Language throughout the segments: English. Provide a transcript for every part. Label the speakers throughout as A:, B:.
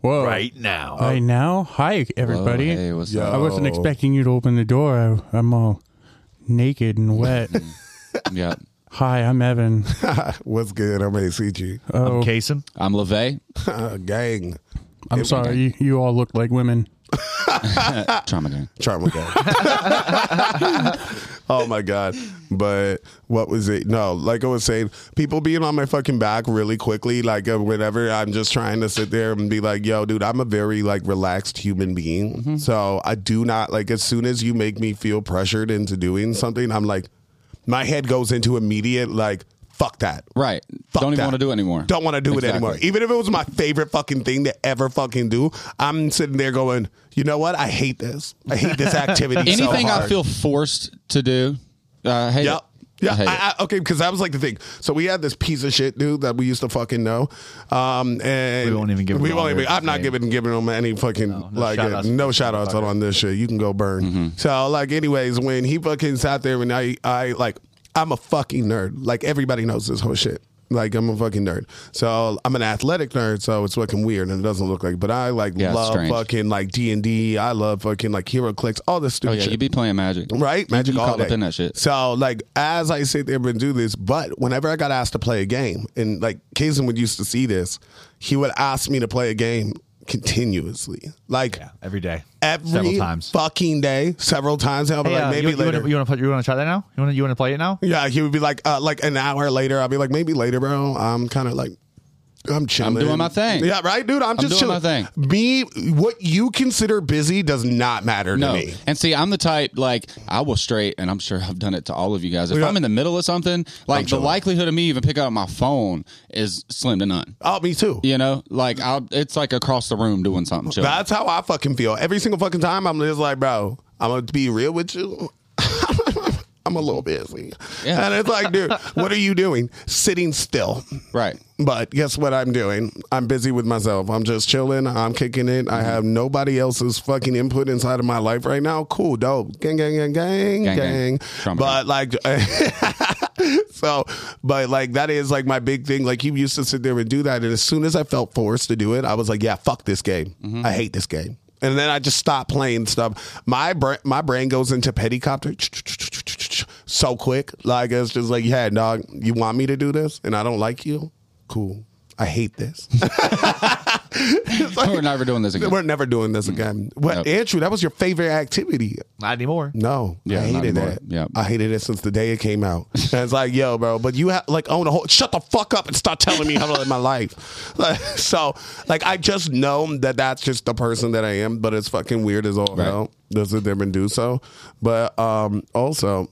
A: Whoa.
B: right now.
C: Right now, hi everybody.
D: Oh, hey, what's
A: Yeah.
D: up?
C: I wasn't
A: Oh.
C: expecting you to open the door. I, I'm all naked and wet.
D: Yeah,
C: hi, I'm Evan.
A: What's good? I'm ACG.
C: Oh,
B: I'm Kasem.
D: I'm LeVay.
A: gang.
C: I'm sorry. You, you all look like women.
A: Ah.
D: Trauma gang.
A: Trauma guy. oh my god. But what was it? No, like I was saying, people being on my fucking back really quickly, like uh, whenever I'm just trying to sit there and be like, yo, dude, I'm a very like relaxed human being. So I do not like as soon as you make me feel pressured into doing something, I'm like my head goes into immediate like fuck that.
D: Right.
A: Fuck
D: Don't even
A: that.
D: want to do it anymore.
A: Don't want to do it
D: Exactly.
A: anymore. Even if it was my favorite fucking thing to ever fucking do, I'm sitting there going, you know what? I hate this. I hate this activity. so
D: Anything I
A: hard."
D: feel forced to do, uh, hate
A: Yep.
D: it.
A: Yeah,
D: I hate it.
A: I, I, okay, because that was like the thing. So we had this piece of shit dude that we used to fucking know, um, and
B: We won't even give
A: we
B: him
A: won't
B: all
A: even.
B: his
A: I'm not
B: name.
A: giving giving him any fucking
B: no
A: like
B: shout-outs.
A: no shout outs on this shit. You can go burn.
D: Mm-hmm.
A: So like, anyways, when he fucking sat there and I I like I'm a fucking nerd. Like everybody knows this whole shit. Like I'm a fucking nerd. So I'm an athletic nerd. So it's fucking weird and it doesn't look like. But I like
D: Yeah, it's
A: love
D: strange.
A: fucking like D and D. I love fucking like hero clicks. All this
D: Oh
A: stupid
D: yeah,
A: shit
D: you be playing magic,
A: right?
D: You-
A: Magic
D: you
A: all
D: caught
A: day.
D: up in that shit.
A: So like, as I sit there and do this, but whenever I got asked to play a game, and like Kason would used to see this, he would ask me to play a game continuously, like
B: Yeah, every day.
A: every
B: Several times.
A: fucking day, several times. I'll be
B: Hey,
A: like,
B: uh,
A: maybe
B: you,
A: later.
B: You want to you want to try that now? You want to you want to play it now?
A: yeah, he would be like, uh, like an hour later. I'll be like, maybe later, bro. I'm kind of like. I'm chilling.
D: doing my thing.
A: Yeah, right, dude. I'm just
D: doing my
A: chilling. Me, what you consider busy does not matter to
D: No,
A: me.
D: and see, I'm the type like I will straight, and I'm sure I've done it to all of you guys. If
A: Yeah.
D: I'm in the middle of something, like the
A: chilling.
D: likelihood of me even picking up my phone is slim to none.
A: Oh, me too.
D: You know, like I'll, it's like across the room doing something. chilling.
A: That's how I fucking feel. Every single fucking time, I'm just like, bro, I'm gonna be real with you. I'm a little busy.
D: Yeah.
A: And it's like, dude, what are you doing? Sitting still.
D: right.
A: But guess what I'm doing? I'm busy with myself. I'm just chilling. I'm kicking it.
D: Mm-hmm.
A: I have nobody else's fucking input inside of my life right now. Cool, dope. Gang, gang, gang, gang, gang.
D: Gang, gang. Trauma
A: But like, so, but like, that is like my big thing. Like, he used to sit there and do that. And as soon as I felt forced to do it, I was like, yeah, fuck this game. I hate this game. And then I just stopped playing stuff. My brain, my brain goes into pedicopter so quick. Like it's just like, yeah, dog, you want me to do this, and I don't like you. Cool. I hate this. It's like,
D: We're never doing this again.
A: we're never doing this again. But
D: Nope.
A: Andrew, that was your favorite activity.
B: Not anymore.
A: No,
D: Yeah,
A: I
D: not
A: hated
D: anymore.
A: that.
D: Yep.
A: I hated it since the day it came out. And it's like, yo, bro, but you have like own a whole. Shut the fuck up and start telling me how to live my life. Like, so, like, I just know that that's just the person that I am. But it's fucking weird as all
D: Right.
A: hell. Does it even do so? But um also,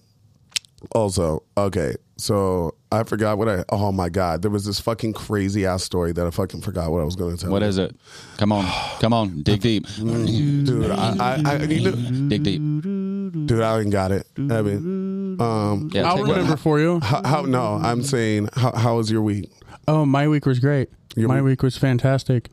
A: also, okay, so I forgot what I. Oh my god, there was this fucking crazy ass story that I fucking forgot what I was going to tell.
D: What
A: you.
D: is it? Come on, come on, dig deep,
A: dude? I, I, I need to,
D: dig deep.
A: Mm-hmm. dude. I ain't got it. I mean, um,
D: Yeah,
C: I'll
D: take that.
C: remember for you.
A: how, how? No, I'm saying, how, how was your week?
C: Oh, my week was great.
A: Your
C: my week.
A: week-
C: was fantastic.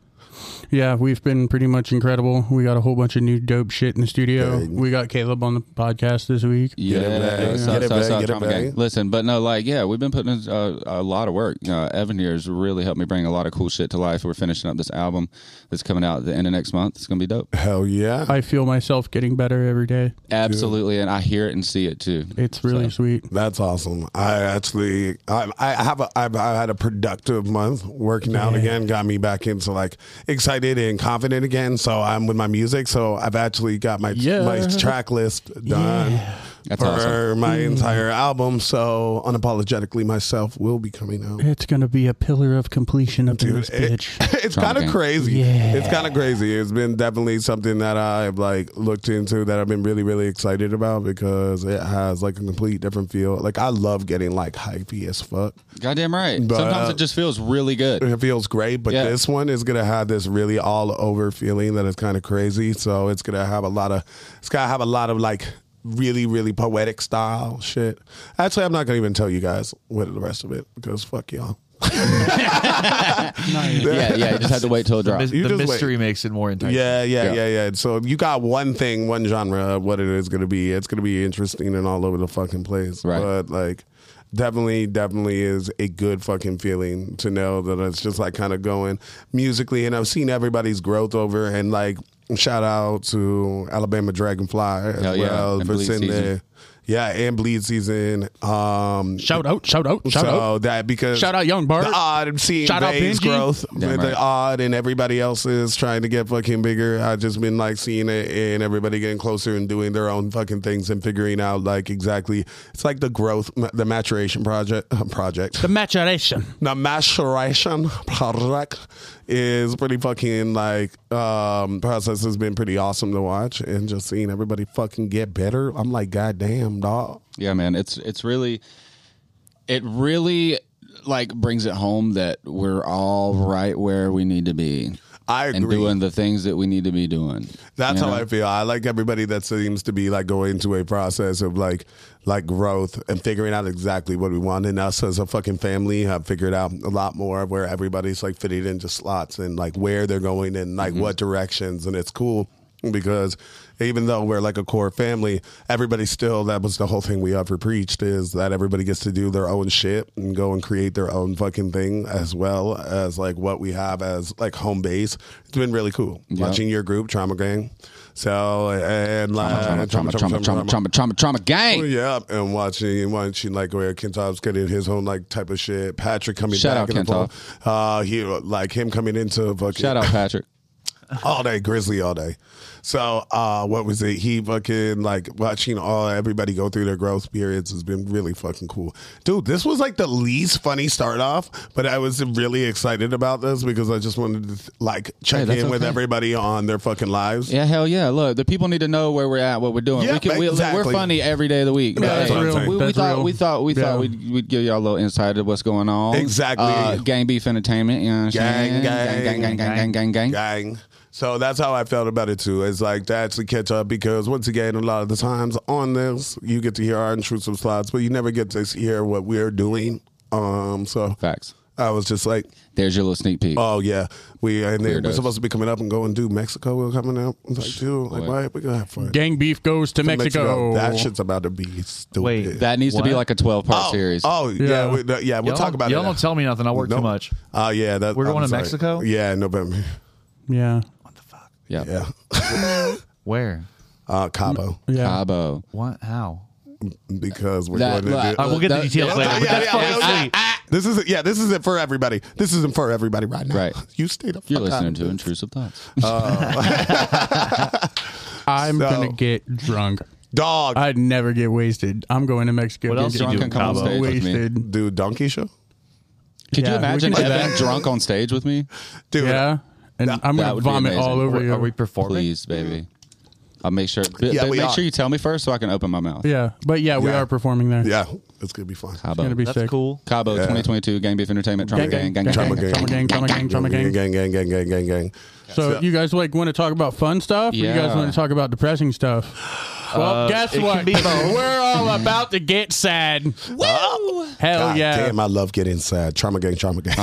C: Yeah, we've been pretty much incredible. We got a whole bunch of new dope shit in the studio.
A: Dang.
C: We got Caleb on the podcast this week.
D: Yeah,
A: it back.
D: yeah, so-
A: Get it
D: so-
A: back,
D: so-
A: get it
D: trauma gang.
A: back.
D: Listen, but no, like, yeah, we've been putting in uh, a lot of work. Uh, Evan here has really helped me bring a lot of cool shit to life. We're finishing up this album that's coming out at the end of next month. It's gonna be dope.
A: Hell yeah.
C: I feel myself getting better every day.
D: Absolutely, and I hear it and see it too.
C: It's really sweet.
A: That's awesome. I actually, I, I have a, I've, I've had a productive month working out again, got me back into like excited and confident again. So I'm with my music. So I've actually got my,
C: Yeah.
A: my track list done
D: That's
A: for
D: awesome.
A: my entire album. So unapologetically myself will be coming out.
C: It's gonna be a pillar of completion up in
A: Dude,
C: this
A: it-
C: bitch.
A: it's
D: Trauma
A: kind of
D: gang.
A: crazy.
C: Yeah.
A: It's kind of crazy. It's been definitely something that I've like looked into that I've been really really excited about because it has like a complete different feel. Like I love getting like hypey as fuck.
D: Goddamn right.
A: But,
D: Sometimes
A: uh,
D: it just feels really good.
A: It feels great, but
D: Yeah.
A: this one is gonna have this really all over feeling that is kind of crazy. So it's gonna have a lot of it's gotta have a lot of like really really poetic style shit. Actually, I'm not gonna even tell you guys what the rest of it because fuck y'all.
D: Yeah, yeah. You just have to wait till it
B: The,
D: drops.
B: mis-
A: You
B: the
A: just wait.
B: mystery makes it more intense.
A: Yeah, yeah, yeah,
D: Yeah.
A: yeah. So you got one thing, one genre of what it is going to be. It's going to be interesting and all over the fucking place.
D: Right.
A: But like definitely, definitely is a good fucking feeling to know that it's just like kind of going musically. And I've seen everybody's growth over and like shout out to Alabama Dragonfly as
D: Hell yeah,
A: well
D: and
A: for
D: Bleed
A: sitting
D: Season.
A: there. Yeah, and bleed season. Um,
C: Shout out, shout out, shout
A: so
C: out.
A: that because
C: Shout out Young Bird.
A: the odd and seeing
C: Shout out
A: Vay's
C: Benji.
A: growth,
D: Damn right.
A: the odd and everybody else is trying to get fucking bigger. I've just been like seeing it and everybody getting closer and doing their own fucking things and figuring out like exactly. It's like the growth, the maturation project. Project.
C: The maturation.
A: The maturation project is pretty fucking like um process has been pretty awesome to watch and just seeing everybody fucking get better. I'm like, goddamn, dog.
D: Yeah, man. It's it's really it really like brings it home that we're all right where we need to be.
A: I
D: And
A: agree.
D: doing the things that we need to be doing.
A: That's
D: You
A: how
D: know?
A: I feel. I like everybody that seems to be like going into a process of like like growth and figuring out exactly what we want. And us as a fucking family have figured out a lot more of where everybody's like fitted into slots and like where they're going and
D: Mm-hmm.
A: like what directions. And it's cool because even though we're like a core family, everybody still that was the whole thing we ever preached is that everybody gets to do their own shit and go and create their own fucking thing as well as like what we have as like home base. It's been really cool watching your group Trauma Gang. So and like
D: Trauma, trauma, trauma, trauma, trauma, trauma, trauma, gang.
A: yeah, and watching and watching like where Kentov's getting his own like type of shit. Patrick coming
D: Shout
A: back
D: out
A: in the fall. Uh, he like him coming into fucking
D: Shout out Patrick.
A: all day grizzly all day so uh what was it he fucking like watching all everybody go through their growth periods has been really fucking cool dude this was like the least funny start off but i was really excited about this because i just wanted to like check
D: that's
A: in with
D: okay.
A: everybody on their fucking lives
D: Yeah, hell yeah. Look, the people need to know where we're at, what we're doing.
A: Yeah,
D: we can, we,
A: exactly.
D: We're funny every day of the week.
A: That's
D: Hey,
A: real.
D: We, we
C: That's
D: thought,
C: real.
D: we thought we
C: Yeah.
D: thought we'd, we'd give y'all a little insight of what's going on.
A: Exactly.
D: Uh, gang beef entertainment. You know what I'm
A: Gang,
D: saying?
A: gang,
D: gang, gang, gang, gang, gang, gang.
A: gang. So that's how I felt about it too. It's like to actually catch up because once again, a lot of the times on this, you get to hear our intrusive slides, but you never get to hear what we're doing. Um, so
D: Facts.
A: I was just like,
D: There's your little sneak peek.
A: Oh yeah, we and then we're
D: Weirdos.
A: supposed to be coming up and going do Mexico. We're coming up. I'm like, dude, like,
D: Boy.
A: why we gonna have fun?
C: Gang beef goes to, Mexico.
A: That shit's about to be stupid.
B: Wait,
D: that needs to be
B: What?
D: like a 12 part
A: oh,
D: series.
A: Oh yeah, yeah,
C: Yeah.
A: we, no, yeah we'll
B: Y'all
A: talk
B: don't-
A: about
B: y'all
A: it.
B: don't tell me nothing. I work too much.
A: Oh yeah, that,
B: We're
A: I'm
B: going to
A: sorry.
B: Mexico?
A: Yeah, November.
C: Yeah.
D: yeah.
A: Yeah,
B: Where?
A: uh, Cabo
C: Yeah.
D: Cabo.
B: What? How?
A: because we're
D: That-
A: going to.
D: that-
A: do-
B: All right, we'll get the
D: That-
B: details
D: yeah,
B: later.
A: yeah,
B: but that's
A: yeah,
B: fucking
A: yeah, yeah.
B: sweet.
A: This is yeah. This isn't for everybody. This isn't for everybody right now.
D: Right.
A: You stay the fuck
D: You're
A: out
D: listening
A: of
D: to
A: this.
D: Intrusive Thoughts.
C: Uh, I'm
A: So-
C: gonna get drunk.
A: Dog,
C: I'd never get wasted. I'm going to Mexico.
B: What
C: to
B: else
C: get
B: you
D: Drunk
B: do
D: and
B: in
D: come on
B: Cabo?
D: stage with me.
C: wasted.
A: dude, donkey show,
D: Could
C: Yeah,
D: you
C: we
D: imagine
C: can do
D: Evan
C: that.
D: drunk on stage with me?
A: dude.
C: Yeah. And I'm
D: that
C: gonna
D: would be
C: vomit all
D: amazing.
C: over you.
B: Are we performing?
D: Please, baby. I'll make sure. b-
A: Yeah,
D: b-
A: we
D: make
A: are.
D: sure you tell me first so I can open my mouth.
C: yeah. But yeah, we
A: Yeah.
C: are performing there.
A: yeah, it's gonna be fun.
D: Cabo.
C: It's gonna be
B: That's
C: sick.
B: cool.
D: Cabo 2022 Gang Beef Entertainment Trauma
C: Gang,
D: Gang Gang
C: gang,
D: Gang.
A: Trauma
D: gang.
A: gang,
C: Trauma gang, trauma gang, trauma gang.
A: gang, gang, gang, gang, gang, gang.
C: So, you guys like want to talk about fun stuff? Or you
D: Yeah.
C: guys want to talk about depressing stuff? Well, guess
B: it
C: what?
B: can be both.
C: We're all about to get sad.
A: Woo!
C: Hell
A: God
C: yeah!
A: damn, I love getting sad. Trauma gang, trauma gang.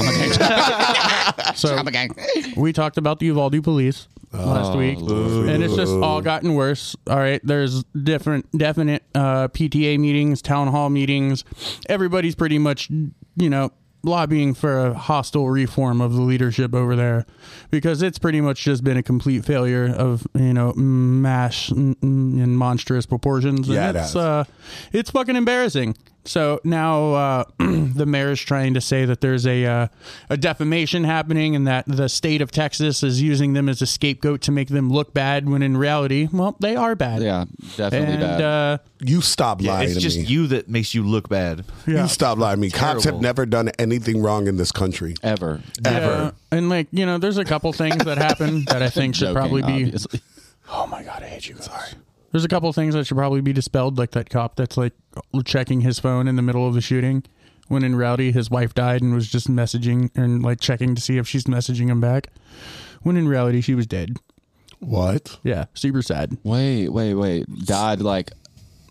C: So
D: Trauma Gang.
C: we talked about the Uvalde police
A: Oh,
C: last week,
D: Lord.
C: and it's just all gotten worse. All right, there's different, definite uh, PTA meetings, town hall meetings. Everybody's pretty much, you know, lobbying for a hostile reform of the leadership over there, because it's pretty much just been a complete failure of you know mass n- n- in monstrous proportions. And
A: Yeah, it
C: it's,
A: has.
C: uh, it's fucking embarrassing. So now uh, the mayor's trying to say that there's a uh, a defamation happening and that the state of Texas is using them as a scapegoat to make them look bad when in reality, well, they are bad.
D: Yeah, definitely
C: and
D: bad.
C: uh,
A: you stop lying
B: It's
A: to
B: just
A: me.
B: you that makes you look bad.
A: You,
C: yeah.
A: stop lying to me. Cops have
B: Terrible.
A: never done anything wrong in this country.
D: Ever.
C: Yeah. and like you know, there's a couple things that happen that I think should
D: Joking,
C: probably be.
D: obviously.
C: Oh my god, I hate you guys. There's a couple things that should probably be dispelled, like that cop that's like checking his phone in the middle of the shooting, when in reality his wife died and was just messaging and like checking to see if she's messaging him back, when in reality she was dead.
A: What?
C: Yeah, super sad.
D: Wait, wait, wait. Died like.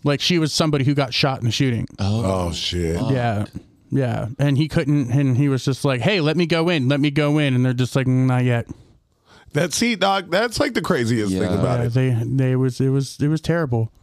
C: Like she was somebody who got shot in the shooting.
A: Oh shit.
C: Yeah. Yeah, and he couldn't, and he was just like, "Hey, let me go in, let me go in," and they're just like, "Mm, "Not yet."
A: That's see, dog. That's like the craziest
D: Yeah.
A: thing about
C: Yeah,
A: it.
C: they they was it was it was terrible.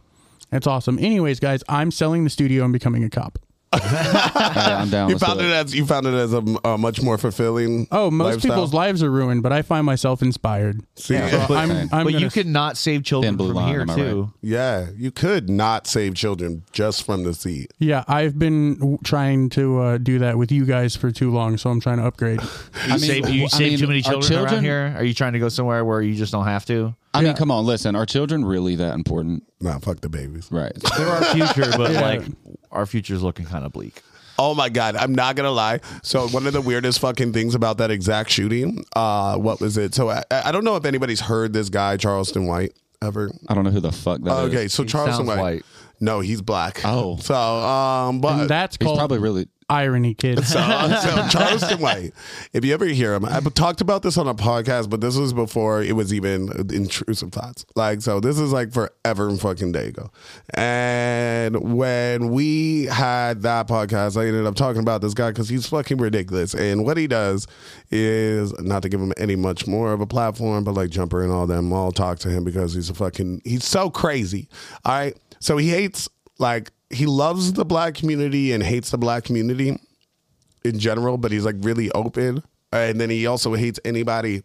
C: That's awesome. Anyways, guys, I'm selling the studio and becoming a cop.
D: I, am down.
A: You
D: Let's do
A: found
D: it.
A: it as you found it as a, a much more fulfilling.
C: Oh, most
A: lifestyle?
C: people's lives are ruined, but I find myself inspired.
A: See,
B: Yeah.
A: but-
C: I'm,
D: Okay.
C: I'm
B: but
C: gonna-
B: you could not save children
D: Thin blue
B: from
D: line,
B: here
D: am I
B: too.
A: yeah, you could not save children just from the seed.
C: Yeah, I've been w- trying to uh, do that with you guys for too long, so I'm trying to upgrade.
B: You
D: I mean,
B: save, you
D: I
B: save
D: mean,
B: too many
D: our
B: children, around
D: children-
B: here. Are you trying to go somewhere where you just don't have to?
D: I mean, come on, listen. Are children really that important?
A: Nah, fuck the babies.
D: Right.
B: They're our future, but like our future's looking kind of bleak.
A: Oh my god, I'm not gonna lie. So one of the weirdest fucking things about that exact shooting, uh, what was it? So I, I don't know if anybody's heard this guy Charleston White ever.
D: I don't know who the fuck
C: Uh,
D: that is.
A: Okay, so Charleston
B: sounds
A: White.
B: white.
A: No, he's black.
D: Oh.
A: so um, but
C: And that's
D: He's
C: called
D: probably really.
C: irony, kid.
A: So, so Charleston White, if you ever hear him, I've talked about this on a podcast, but this was before it was even intrusive thoughts. Like, so this is like forever and fucking day ago. And when we had that podcast, I ended up talking about this guy because he's fucking ridiculous. And what he does is not to give him any much more of a platform, but like Jumper and all them all talk to him because he's a fucking, he's so crazy. All right. So he hates, like, he loves the black community and hates the black community in general, but he's like really open. And then he also hates anybody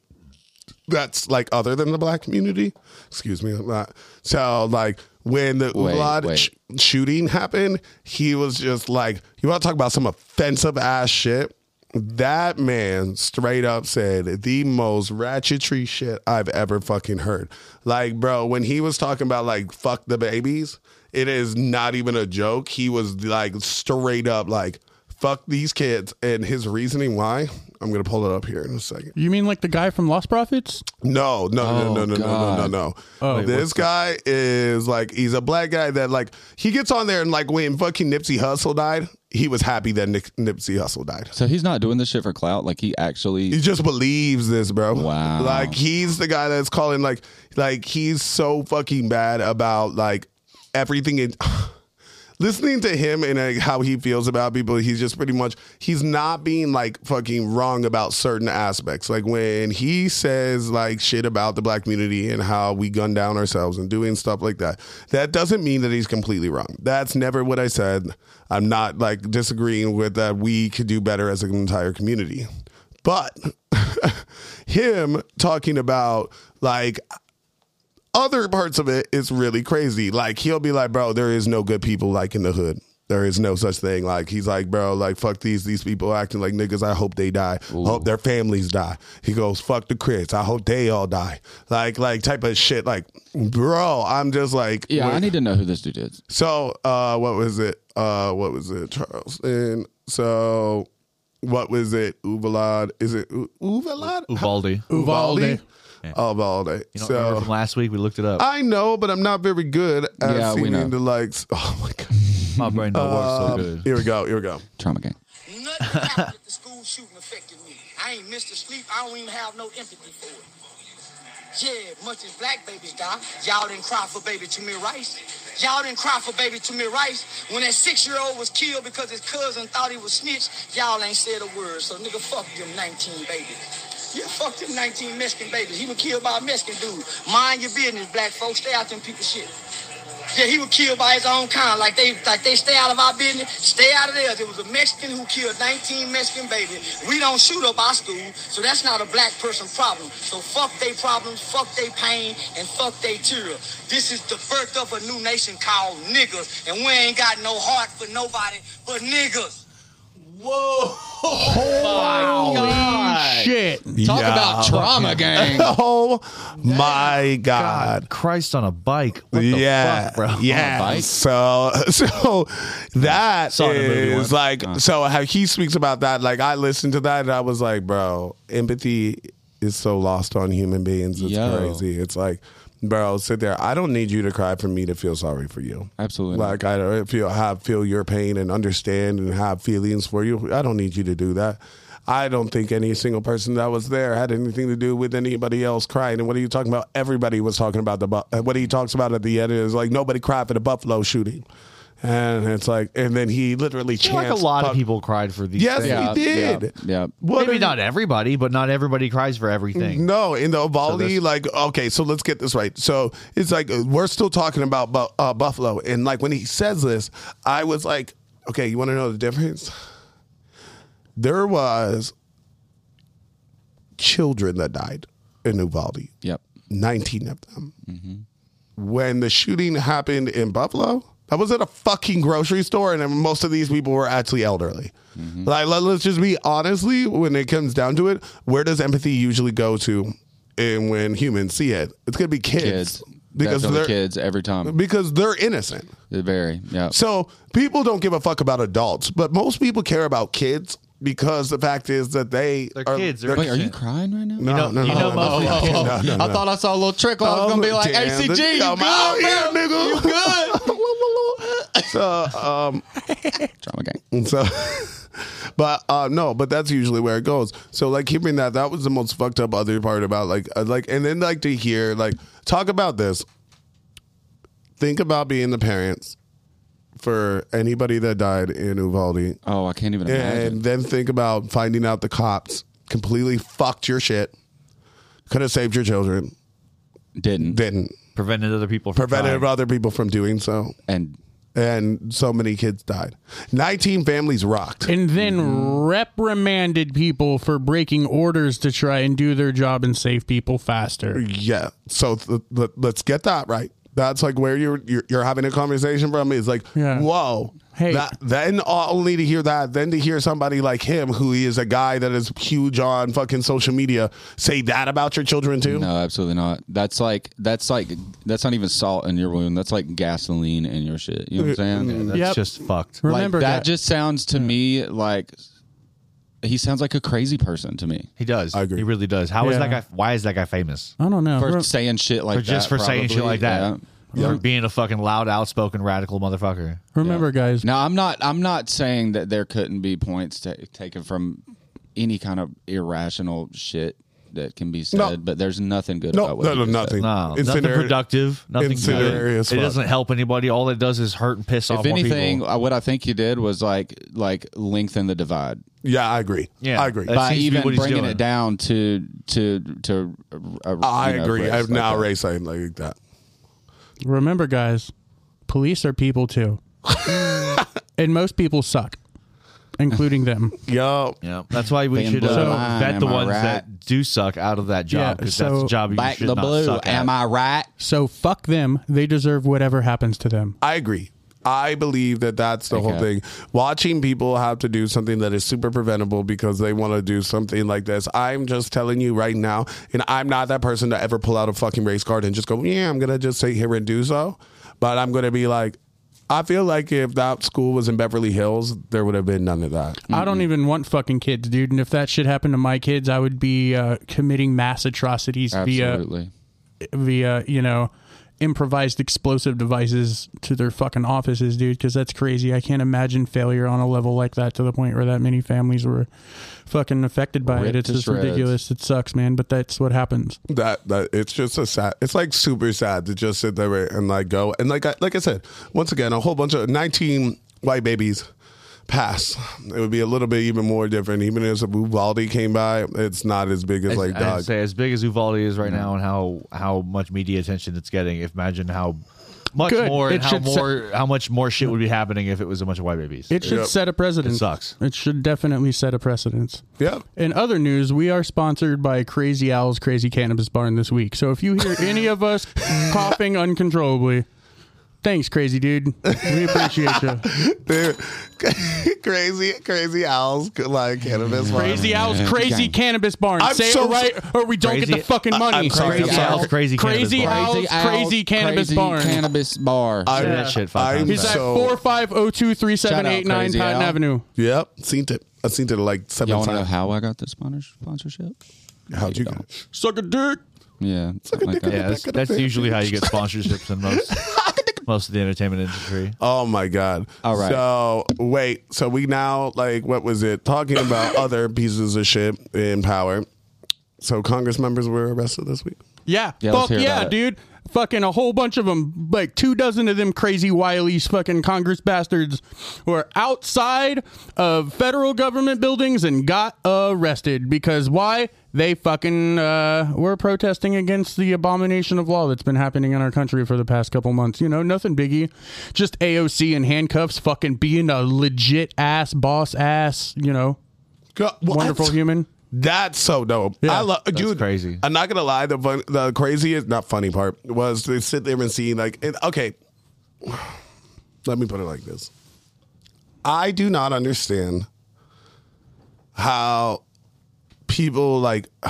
A: that's like other than the black community. Excuse me. I'm not- So like when the
D: Wait,
A: Ublad
D: wait.
A: sh- shooting happened, he was just like, you want to talk about some offensive ass shit? That man straight up said the most ratchetry shit I've ever fucking heard. Like, bro, when he was talking about like fuck the babies, it is not even a joke. He was like straight up like fuck these kids, and his reasoning why. I'm gonna pull it up here in a second.
C: You mean like the guy from Lost Prophets?
A: No, no,
D: Oh,
A: no, no, no, no, no, no,
D: God. Oh,
A: no. this guy is like he's a black guy that like he gets on there and like when fucking Nipsey Hussle died, he was happy that Nick, Nipsey Hussle died.
D: So he's not doing this shit for clout. Like he
A: He
D: actually.
A: just believes this, bro.
D: Wow.
A: Like he's the guy that's calling like like he's so fucking bad about like everything in listening to him and like, how he feels about people, he's just pretty much he's not being like fucking wrong about certain aspects. Like when he says like shit about the black community and how we gun down ourselves and doing stuff like that, that doesn't mean that he's completely wrong. That's never what I said. I'm not like disagreeing with that we could do better as an entire community. But him talking about like other parts of it is really crazy. Like he'll be like, bro, there is no good people like in the hood. There is no such thing. Like he's like, bro, like fuck these these people acting like niggas. I hope they die. Hope their families die. He goes, fuck the crits. I hope they all die. Like like type of shit. Like, bro, I'm just like,
D: Yeah,
A: wait.
D: I need to know who this dude is.
A: So, uh, what was it? Uh, what was it? Charleston. So, what was it? Uvalad. Is it U- Uvalad?
B: Uvalde.
A: Uvalde. Oh,
C: Uvalde.
A: Uvalde.
B: You don't remember
A: So
B: from last week? We looked it up.
A: I know, but I'm not very good at
D: Yeah, we
A: seeing
D: know.
A: the likes. Oh my god.
B: My brain don't work so good.
A: Here we go. Here we go.
D: Trauma gang.
E: Nothing happened at the school shooting affected me. I ain't missed a sleep. I don't even have no empathy for it. Yeah, much as black babies die, y'all didn't cry for baby Tamir Rice. Y'all didn't cry for baby Tamir Rice. When that six-year-old was killed because his cousin thought he was snitched, y'all ain't said a word. So nigga, fuck them 19 babies. Yeah, fuck them 19 Mexican babies. He was killed by a Mexican dude. Mind your business, black folks. Stay out them people's shit. Yeah, he was killed by his own kind. Like they like they stay out of our business, stay out of theirs. It was a Mexican who killed 19 Mexican babies. We don't shoot up our school, so that's not a black person problem. So fuck they problems, fuck they pain, and fuck they tears. This is the birth of a new nation called niggas, and we ain't got no heart for nobody but niggas.
C: Shit.
D: Talk about trauma gang.
A: Oh my god.
B: Christ on a bike. What the
A: yeah,
B: fuck, bro?
A: Yeah.
D: bike?
A: So so that is
B: Saw it in a movie once.
A: like so how he speaks about that. Like I listened to that and I was like, bro, empathy is so lost on human beings. It's
D: Yo.
A: crazy. It's like, bro, sit there. I don't need you to cry for me to feel sorry for you.
D: Absolutely.
A: Like I don't feel have feel your pain and understand and have feelings for you. I don't need you to do that. I don't think any single person that was there had anything to do with anybody else crying. And what are you talking about? Everybody was talking about the bu- uh, what he talks about at the end is like nobody cried for the Buffalo shooting, and it's like, and then he literally
B: I feel like a
A: chants,
B: lot
A: "Fuck."
B: of people cried for these
A: Yes,
B: things.
D: Yeah,
A: he did.
D: yeah, yeah.
A: What are
B: Maybe
A: you-
B: not everybody, but not everybody cries for everything.
A: No, in the Uvalde,
B: this-
A: like okay, so let's get this right. So it's like uh, we're still talking about bu- uh, Buffalo, and like when he says this, I was like, Okay, you want to know the difference? There was children that died in Uvalde.
D: Yep.
A: 19 of them. When the shooting happened in Buffalo, that was at a fucking grocery store, and most of these people were actually elderly. Like, let, us just be honestly, when it comes down to it, where does empathy usually go to? And when humans see it, it's gonna be kids,
D: Kids. Because
A: they're
D: Definitely kids every time.
A: because they're innocent.
D: They vary. Yeah.
A: So people don't give a fuck about adults, but most people care about kids because the fact is that they
B: They're kids, they're
D: Wait, are you crying right now?
B: know-
A: no, no,
B: you
A: no,
B: know
A: no,
B: most
A: no,
B: people-
A: no, no, no,
C: I
A: no.
C: thought I saw a little trickle. I was gonna be like,
A: Damn,
C: "ACG,
A: this-
C: you
A: I'm out here,
C: good, bro?
A: nigga."
C: You good?"
D: Drama gang.
A: And so, but uh, no, but that's usually where it goes. So like keeping that, that was the most fucked up other part about like uh, like, and then like to hear like talk about this. Think about being the parents for anybody that died in Uvalde,
D: Oh, I can't even
A: and
D: imagine.
A: then think about finding out the cops completely fucked your shit. Could have saved your children,
D: Didn't.
A: didn't
B: prevented other people from
A: prevented
B: trying.
A: other people from doing so,
D: And
A: and so many kids died. Nineteen families rocked.
C: and then reprimanded people for breaking orders to try and do their job and save people faster.
A: Yeah. So th- th- let's get that right. That's like where you're you're, you're having a conversation from is like,
C: Yeah.
A: whoa.
C: Hey.
A: That, then uh, only to hear that, then to hear somebody like him, who is a guy that is huge on fucking social media, say that about your children too.
D: no, absolutely not. That's like that's like that's not even salt in your wound. That's like gasoline in your shit. You know what I'm
A: Mm-hmm.
D: saying?
B: That's
C: Yep.
B: just fucked.
D: Like,
C: Remember
D: that
C: that.
D: just sounds to me like he sounds like a crazy person to me.
B: He does.
A: I agree.
B: He really does. How is
C: Yeah.
B: that guy? Why is that guy famous?
C: I don't know.
D: For
C: Re-
D: saying shit like
B: Or just
D: that,
B: for saying shit
D: probably.
B: like that.
D: Yeah.
B: For being a fucking loud, outspoken, radical motherfucker.
C: Remember, guys.
D: Now I'm not I'm not saying that there couldn't be points ta taken from any kind of irrational shit that can be said,
A: No.
D: but there's nothing good
A: No,
D: about what
A: no,
D: he
A: no,
D: just said.
A: nothing.
B: No, nothing
A: Incendiary-
B: productive. Nothing
A: incendiary
B: good.
A: as
B: It
A: fuck.
B: doesn't help anybody. All it does is hurt and piss off
D: If
B: more
D: anything,
B: people.
D: uh, what I think he did was like like lengthen the divide
A: Yeah, I agree.
B: Yeah.
A: I agree.
B: That
D: by
B: seems to be
D: even
B: what he's
D: bringing
B: doing.
D: it down to to to. A, a,
A: I
D: you know,
A: agree.
D: race
A: I've
D: like
A: now
D: that.
A: race I'm like that.
C: Remember, guys. Police are people too, and most people suck, including them.
A: Yo,
B: yeah, that's why we
D: Being
B: should
D: blue
B: uh,
D: line,
B: vet the
D: am I
B: ones
D: right?
B: that do suck out of that
C: Yeah,
B: job because that's
C: so-
B: a job you
D: Back
B: should
D: the
B: not
D: blue.
B: suck at.
D: Am I right?
C: So fuck them. They deserve whatever happens to them.
A: I agree. I believe that that's the whole
D: Okay.
A: thing. Watching people have to do something that is super preventable because they want to do something like this. I'm just telling you right now, and I'm not that person to ever pull out a fucking race card and just go, yeah, I'm going to just sit here and do so. But I'm going to be like, I feel like if that school was in Beverly Hills, there would have been none of that.
C: I don't even want fucking kids, dude. And if that shit happened to my kids, I would be uh, committing mass atrocities
B: uh,
D: Absolutely.
C: via via you know improvised explosive devices to their fucking offices, dude. Because that's crazy. I can't imagine failure on a level like that to the point where that many families were fucking affected by it.
D: Ripped
C: It's
D: to
C: just
D: shreds.
C: ridiculous. It sucks, man. But that's what happens.
A: that that it's just a sad it's like super sad to just sit there and like go and like I, like I said once again a whole bunch of 19 white babies pass it would be a little bit even more different even if Uvalde came by it's not as big as
B: As-
A: like
B: I'd
A: dog
B: say as big as Uvalde is right now, and how how much media attention it's getting. If imagine how much
C: Good.
B: more
C: It
B: and how
C: should sa-
B: more how much more shit would be happening if it was a bunch of white babies.
C: It should
A: Yep.
C: set a precedent.
B: It sucks.
C: It should definitely set a precedent.
A: yep
C: In other news, we are sponsored by Crazy Owl's Crazy Cannabis Barn this week. So if you hear any of us coughing uncontrollably, thanks, Crazy Dude. We appreciate you.
A: They're- crazy crazy owls like cannabis
C: Crazy Owl's Crazy
D: Gang.
C: Cannabis Barn.
A: I'm
C: Say
A: so-
C: it right, or we don't get
B: Crazy-
C: the fucking money.
A: I'm sorry,
B: Crazy
A: I'm sorry.
B: Owl's Crazy Cannabis
C: Crazy
B: Barn.
C: Owl's Crazy,
D: Owls,
C: Cannabis Barn.
D: Cannabis Bar.
A: I,
B: Say that shit five
A: I'm
B: times
C: He's
B: fast.
C: at
A: so,
C: 450-23789 Patton
D: Crazy Owl.
C: Avenue.
A: yep seen it I've seen it like seven
D: Y'all know
A: times
D: how I got the sponsors- sponsorship?
A: how'd you get it?
C: Suck a dick.
D: Yeah, something like that.
B: Yeah, that's, that's usually how you get sponsorships in most most of the entertainment industry.
A: Oh my god!
D: All right.
A: So wait. So we now like what was it talking about other pieces of shit in power? So Congress members were arrested this week.
C: Yeah,
D: Yeah, let's
C: fuck
D: hear
C: yeah,
D: about it.
C: dude. Fucking a whole bunch of them, like two dozen of them crazy wileys, fucking Congress bastards, were outside of federal government buildings and got arrested because why? They fucking uh, were protesting against the abomination of law that's been happening in our country for the past couple months. You know, nothing biggie. Just AOC in handcuffs, fucking being a legit ass, boss ass, you know,
A: God, what?
C: wonderful human.
A: That's so dope. I love, dude.
B: crazy.
A: I'm not gonna lie. The fun, the craziest, not funny part was to sit there and see like, and, okay. Let me put it like this. I do not understand how people like.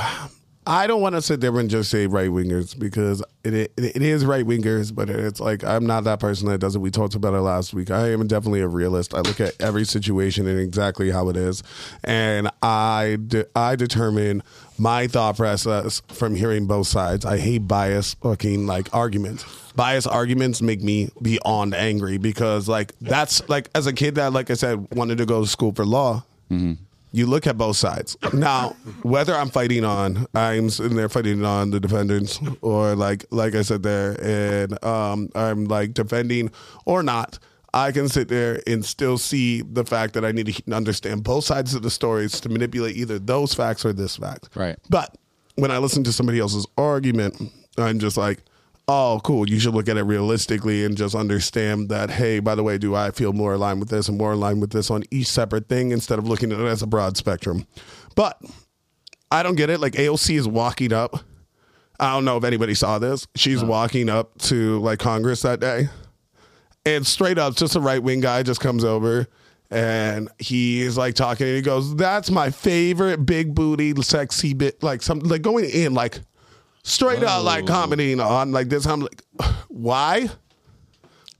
A: I don't want to sit there and just say right wingers because it, it it is right wingers, but it's like I'm not that person that does it. We talked about it last week. I am definitely a realist. I look at every situation and exactly how it is, and I de- I determine my thought process from hearing both sides. I hate bias fucking like arguments. Bias arguments make me beyond angry because like that's like as a kid that like I said wanted to go to school for law you look at both sides. Now, whether I'm fighting on, I'm sitting there fighting on the defendants, or like like I said there, and um, I'm like defending or not. I can sit there and still see the fact that I need to understand both sides of the stories to manipulate either those facts or this fact.
D: Right.
A: But when I listen to somebody else's argument, I'm just like, oh, cool. You should look at it realistically and just understand that, hey, by the way, do I feel more aligned with this and more aligned with this on each separate thing instead of looking at it as a broad spectrum? But I don't get it. Like AOC is walking up. I don't know if anybody saw this. She's walking up to like Congress that day. And straight up, just a right wing guy just comes over and he's like talking and he goes, That's my favorite big booty, sexy bit. Like something like going in, like straight out, like commenting on like this. I'm like, Why?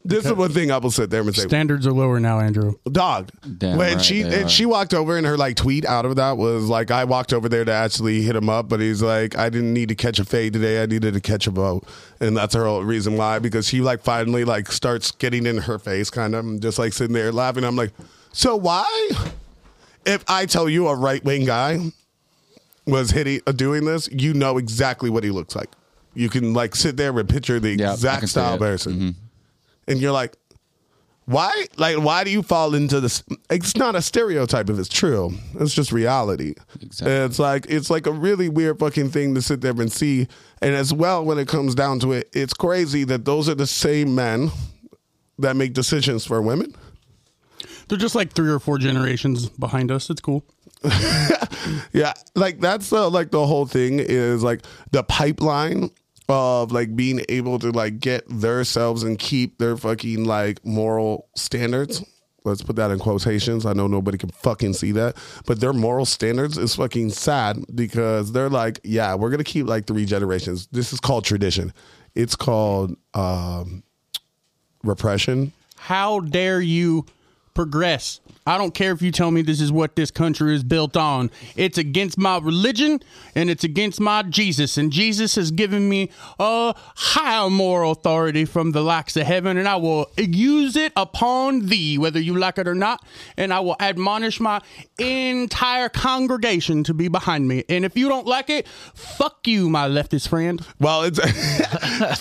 A: This is one thing I will sit there and say
C: Standards are lower now, Andrew.
A: dog.
D: Damn
A: when
D: right
A: she
D: they
A: and
D: are.
A: she walked over and her like tweet out of that was like, I walked over there to actually hit him up, but he's like, I didn't need to catch a fade today. I needed to catch a boat, and that's her whole reason why because she like finally like starts getting in her face, kind of and just like sitting there laughing. I'm like, so why? If I tell you a right wing guy was hitting uh, doing this, you know exactly what he looks like. You can like sit there and picture the
D: Yeah, I
A: exact
D: can see
A: style
D: it. Mm-hmm.
A: person, and you're like, why? Like, why do you fall into this? It's not a stereotype if it's true. It's just reality.
D: Exactly.
A: And It's like it's like a really weird fucking thing to sit there and see. And as well, when it comes down to it, it's crazy that those are the same men that make decisions for women.
C: They're just like three or four generations behind us. It's cool.
A: Yeah, like that's the like the whole thing is like the pipeline of like being able to like get themselves and keep their fucking like moral standards. Let's put that in quotations. I know nobody can fucking see that, but their moral standards is fucking sad because they're like, yeah, we're gonna keep like three generations. This is called tradition. It's called um, repression.
C: How dare you progress? I don't care if you tell me this is what this country is built on. It's against my religion and it's against my Jesus. And Jesus has given me a higher moral authority from the likes of heaven, and I will use it upon thee, whether you like it or not. And I will admonish my entire congregation to be behind me. And if you don't like it, fuck you, my leftist friend.
A: Well, it's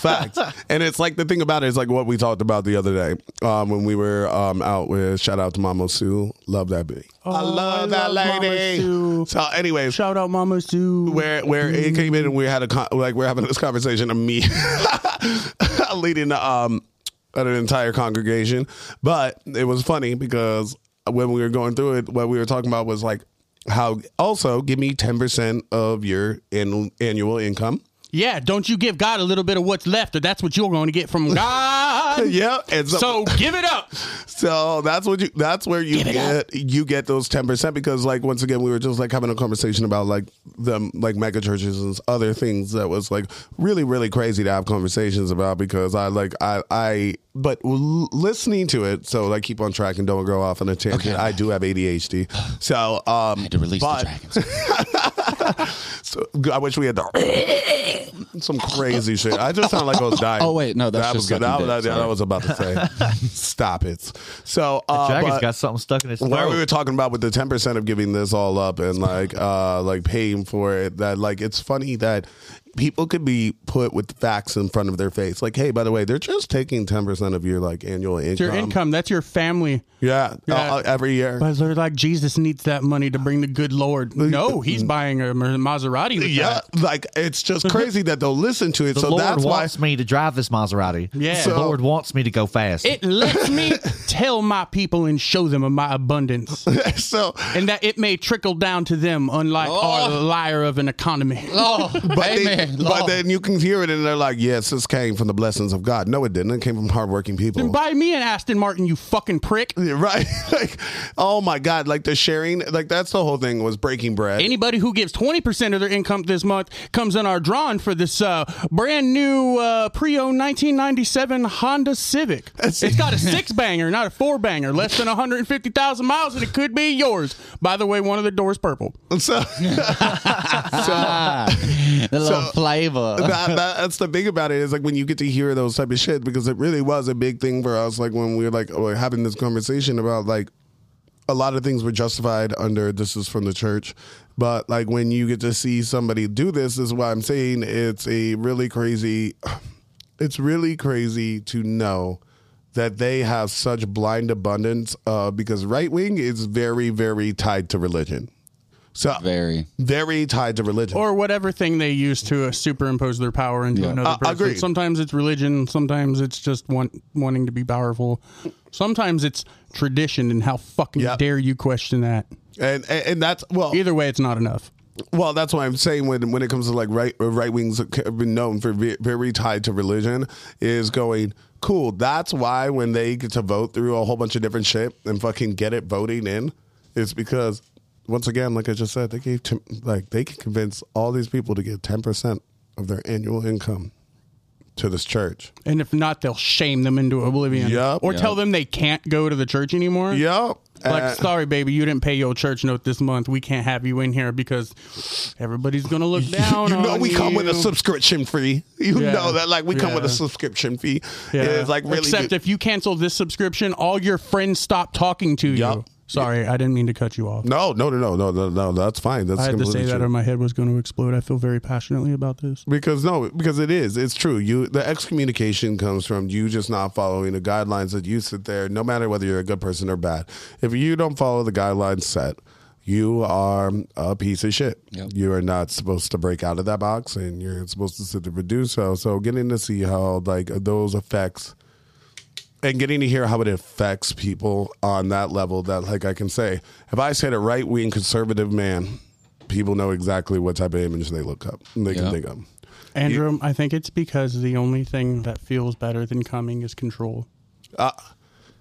A: facts, and it's like the thing about it is like what we talked about the other day um, when we were um, out with shout out to Mama Sue, love that bitch. I love
C: Oh, I
A: that
C: love
A: lady.
C: Mama Sue.
A: So, anyways,
C: Shout out, Mama Sue.
A: where where it came in and we had a con- like we're having this conversation of me leading um an entire congregation but it was funny because when we were going through it what we were talking about was like how also give me 10% of your annual annual income
C: Yeah, don't you give God a little bit of what's left, or that's what you're going to get from God.
A: yeah and
C: So give it up.
A: So that's what you. That's where you
C: Give it
A: get you get those ten percent because, like, once again, we were just like having a conversation about like them, like mega churches and other things that was like really, really crazy to have conversations about because I like I I but l- listening to it. So like, keep on track and don't go off on a tangent. I do have ADHD, so um, I
D: had to release
A: but,
D: the dragons.
A: So, I wish we had the some crazy shit. I just sound like I was dying.
D: Oh, wait, no, that's
A: that
D: just
A: was good. That,
D: sucking
A: was-
D: dick,
A: that
D: sorry.
A: was about to say. Stop it. So uh,
B: Dragon's
A: but-
B: got something stuck in his
A: where
B: throat.
A: we were talking about with the 10% of giving this all up and like uh like paying for it that like it's funny that people could be put with facts in front of their face. Like, hey, by the way, they're just taking ten percent of your like annual income.
C: It's your income. That's your family.
A: Yeah,
C: Yeah.
A: uh, every year.
C: But they're like, Jesus needs that money to bring the good Lord. No, he's buying a Mer- Maserati. With
A: yeah,
C: that.
A: like it's just crazy that they'll listen to it.
B: The
A: so
B: Lord
A: that's why
B: wants me to drive this Maserati.
C: Yeah.
B: the
A: So-
B: Lord wants me to go fast.
C: It lets me tell my people and show them of my abundance,
A: so
C: and that it may trickle down to them, unlike our liar of an economy.
D: Oh,
A: But,
D: amen.
A: then, but then you can hear it and they're like, yes, this came from the blessings of God. No, it didn't. It came from hardworking people.
C: Then buy me an Aston Martin, you fucking prick.
A: right? like, oh my God. Like the sharing, like that's the whole thing was breaking bread.
C: Anybody who gives 20% of their income this month comes in our drawing for this uh, brand new uh, pre owned 1997 Honda Civic. It's got a six banger, not a four banger, less than 150,000 miles, and it could be yours. By the way, one of the doors purple.
A: so
D: the little flavor.
A: that, that- that's the thing about it is like when you get to hear those type of shit because it really was a big thing for us. Like when we were like oh, having this conversation about like a lot of things were justified under this is from the church. But like when you get to see somebody do this, this is why I'm saying it's a really crazy. It's really crazy to know that they have such blind abundance uh, because right wing is very very tied to religion. So
D: Very.
A: very tied to religion.
C: Or whatever thing they use to uh, superimpose their power into
D: Yeah.
C: another
A: Uh,
C: person.
A: agreed.
C: Sometimes it's religion, sometimes it's just want, wanting to be powerful. Sometimes it's tradition, and how fucking
A: Yeah.
C: dare you question that?
A: and, and and that's well
C: Either way, it's not enough.
A: Well, that's why I'm saying when when it comes to like right right wings have been known for ve- very tied to religion is going cool. That's why when they get to vote through a whole bunch of different shit and fucking get it voting in, it's because once again, like I just said, they gave t- like they can convince all these people to give ten percent of their annual income to this church.
C: And if not, they'll shame them into oblivion.
A: Yup.
C: Or
A: Yup.
C: tell them they can't go to the church anymore.
A: Yep.
C: Like,
A: Uh,
C: sorry, baby, you didn't pay your church note this month. We can't have you in here because everybody's gonna look down.
A: you know
C: on
A: we come with a
C: you.
A: subscription fee. You
C: Yeah.
A: know that like we come with a
C: Yeah.
A: subscription fee.
C: Yeah.
A: It's like really
C: Except if you cancel this subscription, all your friends stop talking to you.
A: Yup.
C: Sorry, I didn't mean to cut you off.
A: No, no, no, no, no, no, no. That's fine. That's
C: I had to
A: completely
C: say that,
A: true.
C: or my head was going to explode. I feel very passionately about this.
A: because no, because it is. It's true. You the excommunication comes from you just not following the guidelines that you sit there. No matter whether you're a good person or bad, if you don't follow the guidelines set, you are a piece of shit.
D: Yep.
A: You are not supposed to break out of that box, and you're supposed to sit there and do so. So getting to see how like those affects and getting to hear how it affects people on that level that like i can say if i said a right-wing conservative man people know exactly what type of image they look up they can
D: Yeah.
A: think of
C: Andrew, I think it's because the only thing that feels better than coming is control.
A: Uh,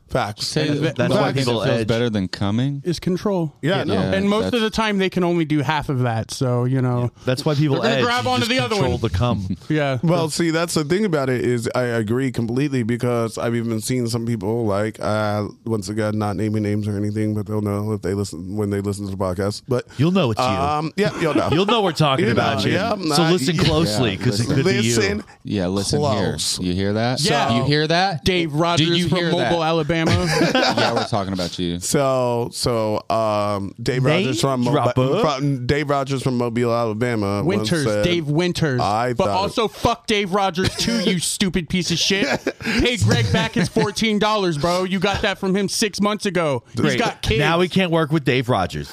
A: facts
B: That's why
A: Facts.
B: people
D: it feels
B: edge.
D: better than coming.
C: Is control.
A: yeah no
D: Yeah.
C: and most of the
D: that's-
C: time they can only do half of that. So you know,
B: That's why people
C: They're gonna
B: edge.
C: grab
B: You
C: onto
B: just
C: the other
B: control
C: one.
B: The cum.
C: yeah.
A: Well, see, that's the thing about it is I agree completely because I've even seen some people like uh, once again not naming names or anything, but they'll know if they listen when they listen to the podcast. But
B: You'll know it's you.
A: um, yeah, you'll know.
B: You'll know we're talking
A: You
B: about
A: know,
B: you.
A: yeah,
B: so
A: nah,
B: listen
A: yeah.
B: closely because
D: Yeah,
B: it could
A: listen.
B: be
D: Yeah, listen
A: Close.
D: here. You hear that?
C: Yeah.
D: You hear that?
C: Dave
D: Do
C: Rogers
D: you
C: from
D: hear
C: Mobile,
D: that?
C: Alabama.
D: yeah, we're talking about you.
A: So so um, Dave
B: Name
A: Rogers from,
B: dropper.
A: Mobile, from Dave Rogers from Mobile, Alabama. once
C: Winters,
A: said-
C: Dave Winters.
A: I
C: but
A: thought-
C: also fuck Dave Rogers too, you stupid piece of shit. Pay Greg back his fourteen dollars, bro. You got that from him six months ago. He's got
B: you.
C: kids.
B: Now we can't work with Dave Rogers.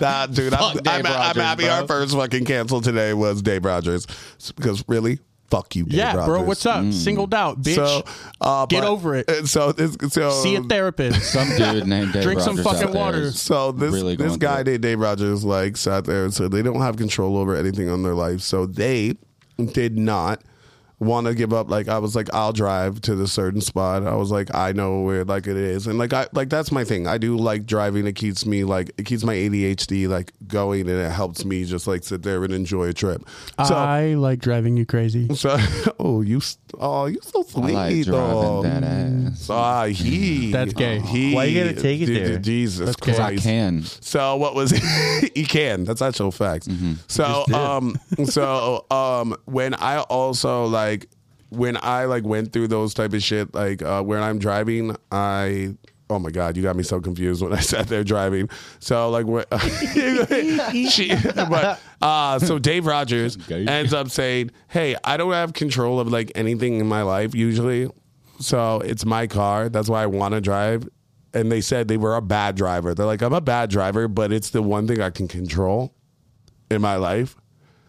A: Nah, dude, I'm,
D: Fuck Dave
A: I'm, I'm
D: Rogers,
A: happy
D: bro.
A: our first fucking cancel today was Dave Rogers It's because really, fuck you, Dave
C: yeah,
A: Rogers. Mm.
C: bro. What's up? Singled out, bitch.
A: So um, uh,
C: Get
A: but-
C: over it.
A: and So this so
C: See a therapist.
D: Some dude named Dave
C: Drink some
D: Rogers
C: fucking
D: out there
C: water.
D: is
A: So this
D: really
A: this
D: going
A: guy
D: through it.
A: named Dave Rogers like sat there and said they don't have control over anything on their life. So they did not want to give up. Like I was like, I'll drive to the certain spot. I was like, I know where like it is, and like I like that's my thing. I do like driving. It keeps me like it keeps my ADHD like going, and it helps me just like sit there and enjoy a trip. So.
D: Ah.
C: I like driving you crazy.
A: so, oh, you, s- oh, you so
D: I
A: sweet,
D: like
A: though.
D: driving that ass.
A: Ah, he.
C: That's gay.
A: He,
B: Why you gotta take it
A: dude,
B: there?
A: Jesus
C: gay.
A: Christ.
D: I can.
A: So what was he can? That's actual facts. So um, so um, when I also like when I like went through those type of shit, like uh, when I'm driving, I Oh my God, you got me so confused when I sat there driving. So like, what? she, but uh, so Dave Rogers
D: Okay.
A: ends up saying, "Hey, I don't have control of like anything in my life usually, so it's my car. That's why I want to drive." And they said they were a bad driver. They're like, "I'm a bad driver, but it's the one thing I can control in my life,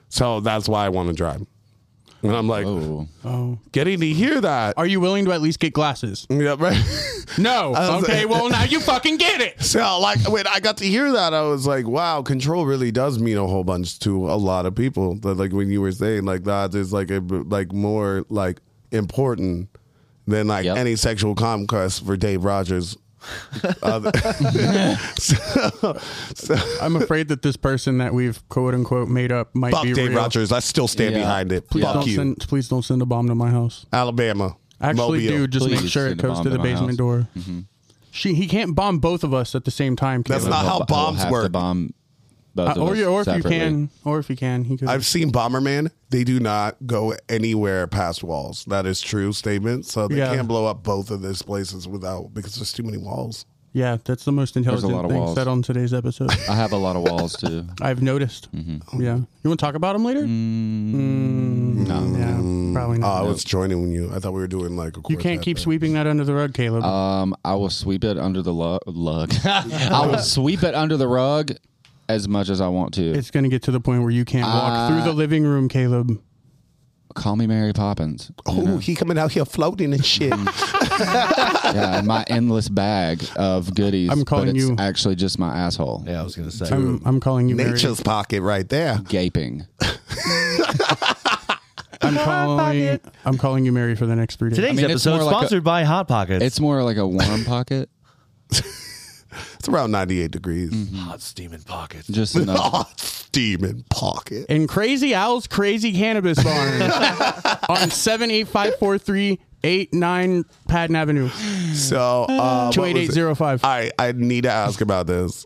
A: so that's why I want to drive." And I'm like,
D: Oh,
A: getting to hear that.
C: Are you willing to at least get glasses?
A: Yeah, right.
C: No.
A: I was
C: Okay,
A: like-
C: well, now you fucking get it.
A: So, like, when I got to hear that, I was like, wow, control really does mean a whole bunch to a lot of people. That, like, when you were saying, like, that is like a like more like important than like
D: Yep.
A: any sexual conquest for Dave Rogers. Other- so, so
C: I'm afraid that this person that we've quote unquote made up might
A: fuck
C: be
A: Dave
C: real.
A: Rogers. I still stand
D: Yeah.
A: behind it.
C: Please
A: Fuck
C: don't
A: you,
C: send. Please don't send a bomb to my house.
A: Alabama.
C: Actually,
A: Mobile.
C: dude, just
D: Please
C: make sure it
D: send a
C: goes
D: bomb
C: to the
D: to my
C: basement
D: house. Mm-hmm.
C: door. She he can't bomb both of us at the same time.
A: That's
C: Caleb.
A: not how
D: We'll- we'll
A: bombs
D: have to
A: work.
D: bomb both
C: Uh,
D: of
C: or
D: us
C: you, or if you
D: separately.
C: can, or if you can, he could.
A: I've seen Bomberman. They do not go anywhere past walls. That is true statement. So they
C: Yeah.
A: can't blow up both of those places without because there's too many walls.
C: yeah, that's the most intelligent
D: lot of
C: thing
D: walls.
C: said on today's episode.
D: I have a lot of walls too.
C: I've noticed.
D: Mm-hmm.
C: Yeah, you want to talk about him later?
D: Mm,
C: no, yeah, probably
A: Oh,
D: Uh,
A: I
C: not.
A: was joining you. I thought we were doing like a
C: Mm-hmm. you can't
A: quartet
C: keep
A: thing.
C: sweeping that under the rug, Caleb.
D: Um, I will sweep it under the lu- lug. I will sweep it under the rug as much as I want to.
C: it's going to get to the point where you can't walk
D: uh,
C: through the living room, Caleb.
D: Call me Mary Poppins.
A: Oh, he coming out here floating and shit.
D: yeah, and my endless bag of goodies.
C: I'm calling
D: but it's
C: you-
D: actually just my asshole
B: Yeah, I was gonna say.
C: I'm, I'm calling you Mary.
A: Nature's pocket right there.
D: gaping.
C: I'm calling. I'm calling you Mary for the next three days.
B: Today's
D: I mean, it's
B: episode
D: more like a-
B: sponsored by Hot Pockets.
D: It's more like a warm pocket.
A: It's around 98 degrees.
B: hot steaming pockets.
D: Just enough.
C: Mm-hmm.
A: Oh, steaming pocket.
C: in Crazy Owl's Crazy Cannabis Barn on seven eight five four three eight nine Patton Avenue
A: So uh,
C: two
A: what
C: eight
A: was
C: eight
A: it?
C: zero five.
A: I I need to ask about this.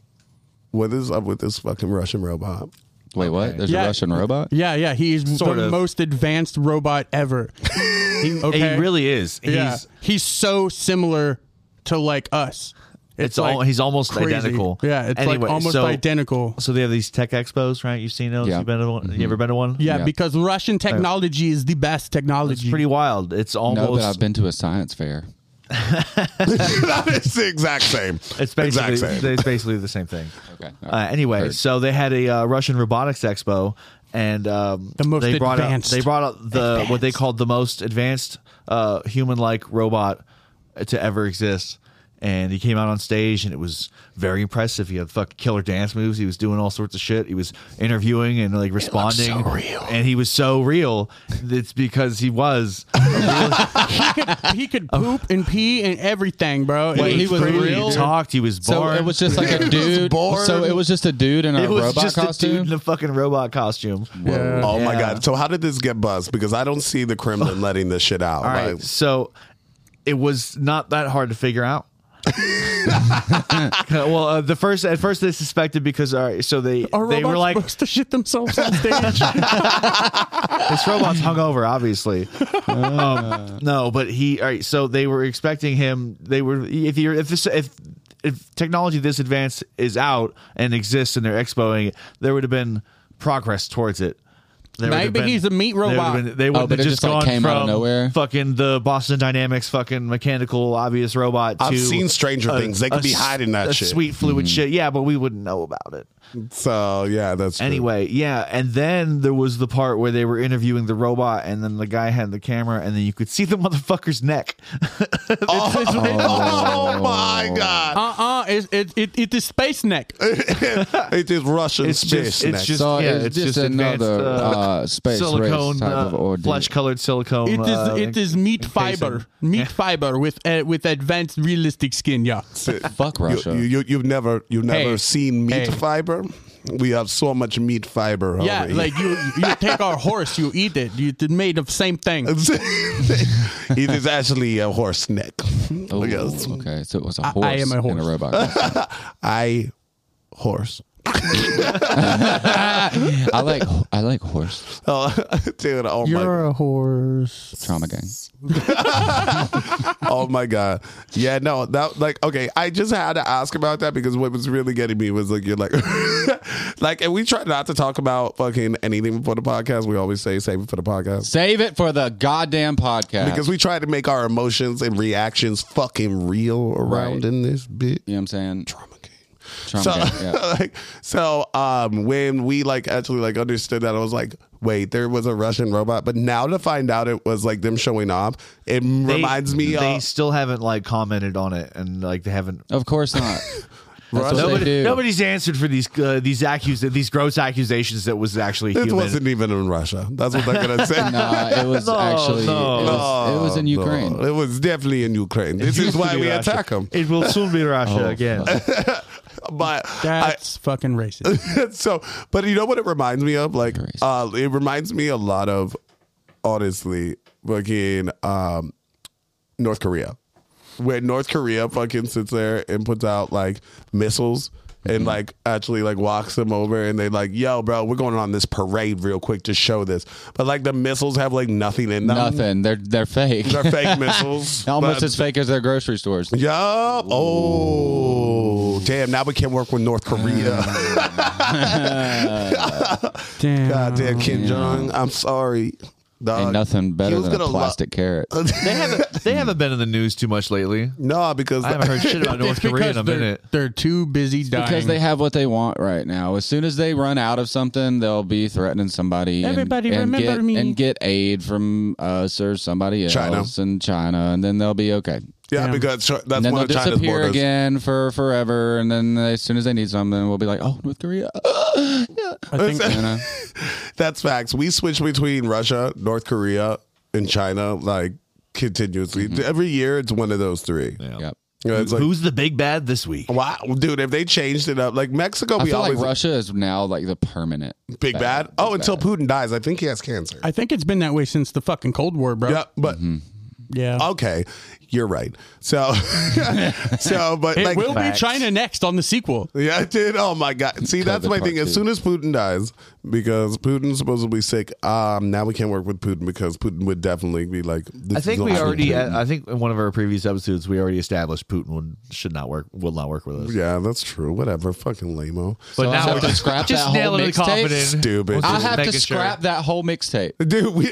A: What is up with this fucking Russian robot?
D: Wait, what? There's
C: Yeah.
D: a Russian robot?
C: Yeah, yeah, he's
B: Sort
C: the
B: of.
C: most advanced robot ever.
B: He,
C: Okay.
B: he really is. He's
C: yeah, he's so similar to like us.
B: it's all he's almost
C: crazy.
B: identical.
C: Yeah, it's
B: Anyway,
C: like almost
B: so-
C: identical.
B: So they have these tech expos, right? You've seen those?
D: Yeah. Mm-hmm.
B: You've been to one? You ever been to one?
C: Yeah,
D: Yeah.
C: because Russian technology is the best technology.
B: It's pretty wild. It's
D: No,
B: almost
D: but I've been to a science fair.
A: that is the exact same.
B: It's basically
A: exact same.
B: it's basically the same thing.
D: Okay.
B: Uh, anyway, so they had a uh, Russian robotics expo, and um,
C: The most
B: they brought
C: advanced.
B: out they brought out the what they called the most advanced uh, human-like robot to ever exist. And he came out on stage, and it was very impressive. He had fucking killer dance moves. He was doing all sorts of shit. He was interviewing and like responding,
A: real.
B: and he was so real. It's because he was
C: he could
B: Oh.
C: poop and pee and everything, bro.
D: Wait,
C: It
D: he was
C: crazy,
D: real?
C: dude.
B: talked. He was
D: So
B: born.
D: it was just like a dude.
A: born.
D: So it was just a dude in a
B: it was
D: robot
B: just
D: costume.
B: a dude in a fucking robot costume.
C: Yeah.
A: Oh my
B: Yeah.
A: god! So how did this get buzzed? Because I don't see the Kremlin letting this shit out.
B: All right.
A: Like,
B: So it was not that hard to figure out. well, uh, the first at first they suspected because all right, so they
C: Are
B: they
C: robots
B: were like
C: supposed to shit themselves on stage?
B: this robot's hungover, obviously. Um, no, but he all right. So they were expecting him. They were if you're if this if if technology this advanced is out and exists and they're expoing it, there would have been progress towards it. There would have
C: Maybe he's a meat
B: they would have
C: robot.
B: been- They would
D: Oh,
B: have
D: but it
B: just,
D: just,
B: gone
D: like, came
B: from
D: out of nowhere?
B: fucking the Boston Dynamics fucking mechanical obvious robot.
A: I've
B: to
A: seen Stranger
B: a-
A: Things. They could
B: a
A: be
B: s-
A: hiding that
B: a
A: shit. Mm-hmm.
B: sweet fluid shit. Yeah, but we wouldn't know about it.
A: so yeah, that's true.
B: Anyway, yeah, and then there was the part where they were interviewing the robot, and then the guy had the camera, and then you could see the motherfucker's neck.
A: Oh, oh my god!
C: uh-uh, it's, it, it, it's a space neck.
A: it is Russian
B: Uh, It's
A: space.
B: just, it's just,
D: So
B: yeah,
D: oh, it's
B: it's,
D: just
B: just, advanced,
D: another, uh, space race
B: silicone,
D: type of
B: uh,
D: ordeal.
B: flesh-colored silicone.
C: It is
B: uh,
C: it is meat
B: encasing.
C: fiber, meat fiber with uh, with advanced realistic skin. Yeah,
D: Fuck Russia.
A: You, you, you've never you've never
C: Hey.
A: seen meat
C: Hey.
A: fiber. We have so much meat fiber.
C: yeah.
A: over here.
C: Like you you take our horse, you eat it. You it's made of same thing.
A: it is actually a horse neck.
D: Oh,
A: Look at this.
D: okay, so it was a
C: I
D: horse.
C: am a
D: In
C: horse.
D: a robot. costume.
A: I horse.
D: I like I like horse
A: Oh, dude, oh my,
C: You're a horse.
D: trauma gang.
A: oh my god, yeah, no, that like okay. I just had to ask about that because what was really getting me was like you're like, like, and we try not to talk about fucking anything for the podcast. We always say save it for the podcast.
D: Save it for the goddamn podcast.
A: because we try to make our emotions and reactions fucking real around
D: Right.
A: in this bit.
D: you know what I'm saying?
A: Trauma game.
D: Trauma
A: So,
D: gang. Yeah.
A: like, so um, when we like actually like understood that, I was like, wait, there was a Russian robot. But now to find out it was like them showing off, it
B: They-
A: reminds me
B: They
A: of
B: still haven't like commented on it, and like they haven't.
D: Of course not. That's what they
B: Nobody,
D: do.
B: nobody's answered for these uh, these accus these gross accusations that was actually
A: it
B: human.
A: wasn't even in Russia. That's what they're gonna say.
D: Nah, it was
B: No,
D: actually
B: no.
D: it, was, it was in
A: No,
D: Ukraine.
A: it was definitely in Ukraine. This is
B: Used to
A: why
B: be
A: we
B: Russia.
A: attack them.
B: It will soon be Russia
D: Oh,
B: again.
A: But I,
C: That's fucking racist.
A: so, but you know what it reminds me of? Like,
D: Christ.
A: uh, it reminds me a lot of, honestly, fucking um, North Korea, where North Korea fucking sits there and puts out like missiles.
D: Mm-hmm.
A: And like actually like walks them over and they like, yo, bro, we're going on this parade real quick to show this. But like the missiles have like nothing in them.
D: Nothing. They're they're fake.
A: They're Uh, fake missiles.
D: Almost
A: But-
D: as fake as their grocery stores.
A: Yo, oh damn, now we can't work with North Korea.
C: Damn.
A: God damn, Kim Jong. I'm sorry. Dog.
D: Oh, Ain't nothing better
A: He was
D: than a
A: gonna lo-
D: plastic carrot.
B: they haven't they haven't been in the news too much lately.
A: no, because
B: I haven't heard shit about North
C: It's
B: Korea in
C: because
B: a
C: they're,
B: minute.
C: they're too busy dying.
D: Because they have what they want right now. As soon as they run out of something, they'll be threatening somebody. and-
C: Everybody
D: and,
C: remember
D: get,
C: me.
D: and get aid from us or somebody else
A: China.
D: in China, and then they'll be okay.
A: yeah,
C: Yeah.
A: because Chi- that's
D: And then
A: one
D: they'll
A: of China's
D: disappear
A: borders.
D: again for forever. And then as soon as they need something, we'll be like, "Oh, North Korea."
C: I think
D: You know?
A: That's facts. We switch between Russia, North Korea, and China like continuously. Every year, it's one of those three.
D: Yep.
A: You know, it's like,
B: Who's the big bad this week?
A: wow, dude, if they changed it up, like Mexico,
D: I
A: we
D: feel like
A: always
D: Russia is now like the permanent
A: big bad.
D: big
A: Oh, until Putin dies, I think he has cancer.
C: I think it's been that way since the fucking Cold War, bro.
A: yeah, Uh, but
D: Mm-hmm.
C: Yeah.
A: okay, you're right. So, so, but
C: it
A: like,
C: will
B: Facts.
C: be China next on the sequel.
A: Yeah, dude. Oh my god. See, that's
D: COVID
A: my
D: part
A: thing. As
D: two.
A: soon as Putin dies, because Putin's supposedly sick, um, now we can't work with Putin because Putin would definitely be like. This
B: I think
A: is
B: we
A: not-
B: already. I think in one of our previous episodes we already established Putin would, should not work. Will not work with us.
A: Yeah, that's true. Whatever. Fucking lameo.
B: But
D: I have to scrap that whole
B: nail it in
D: mixtape?
B: confident.
A: Stupid.
B: We'll
D: I
B: just
D: have to
B: make it sure.
D: scrap that whole mixtape.
A: Dude, we,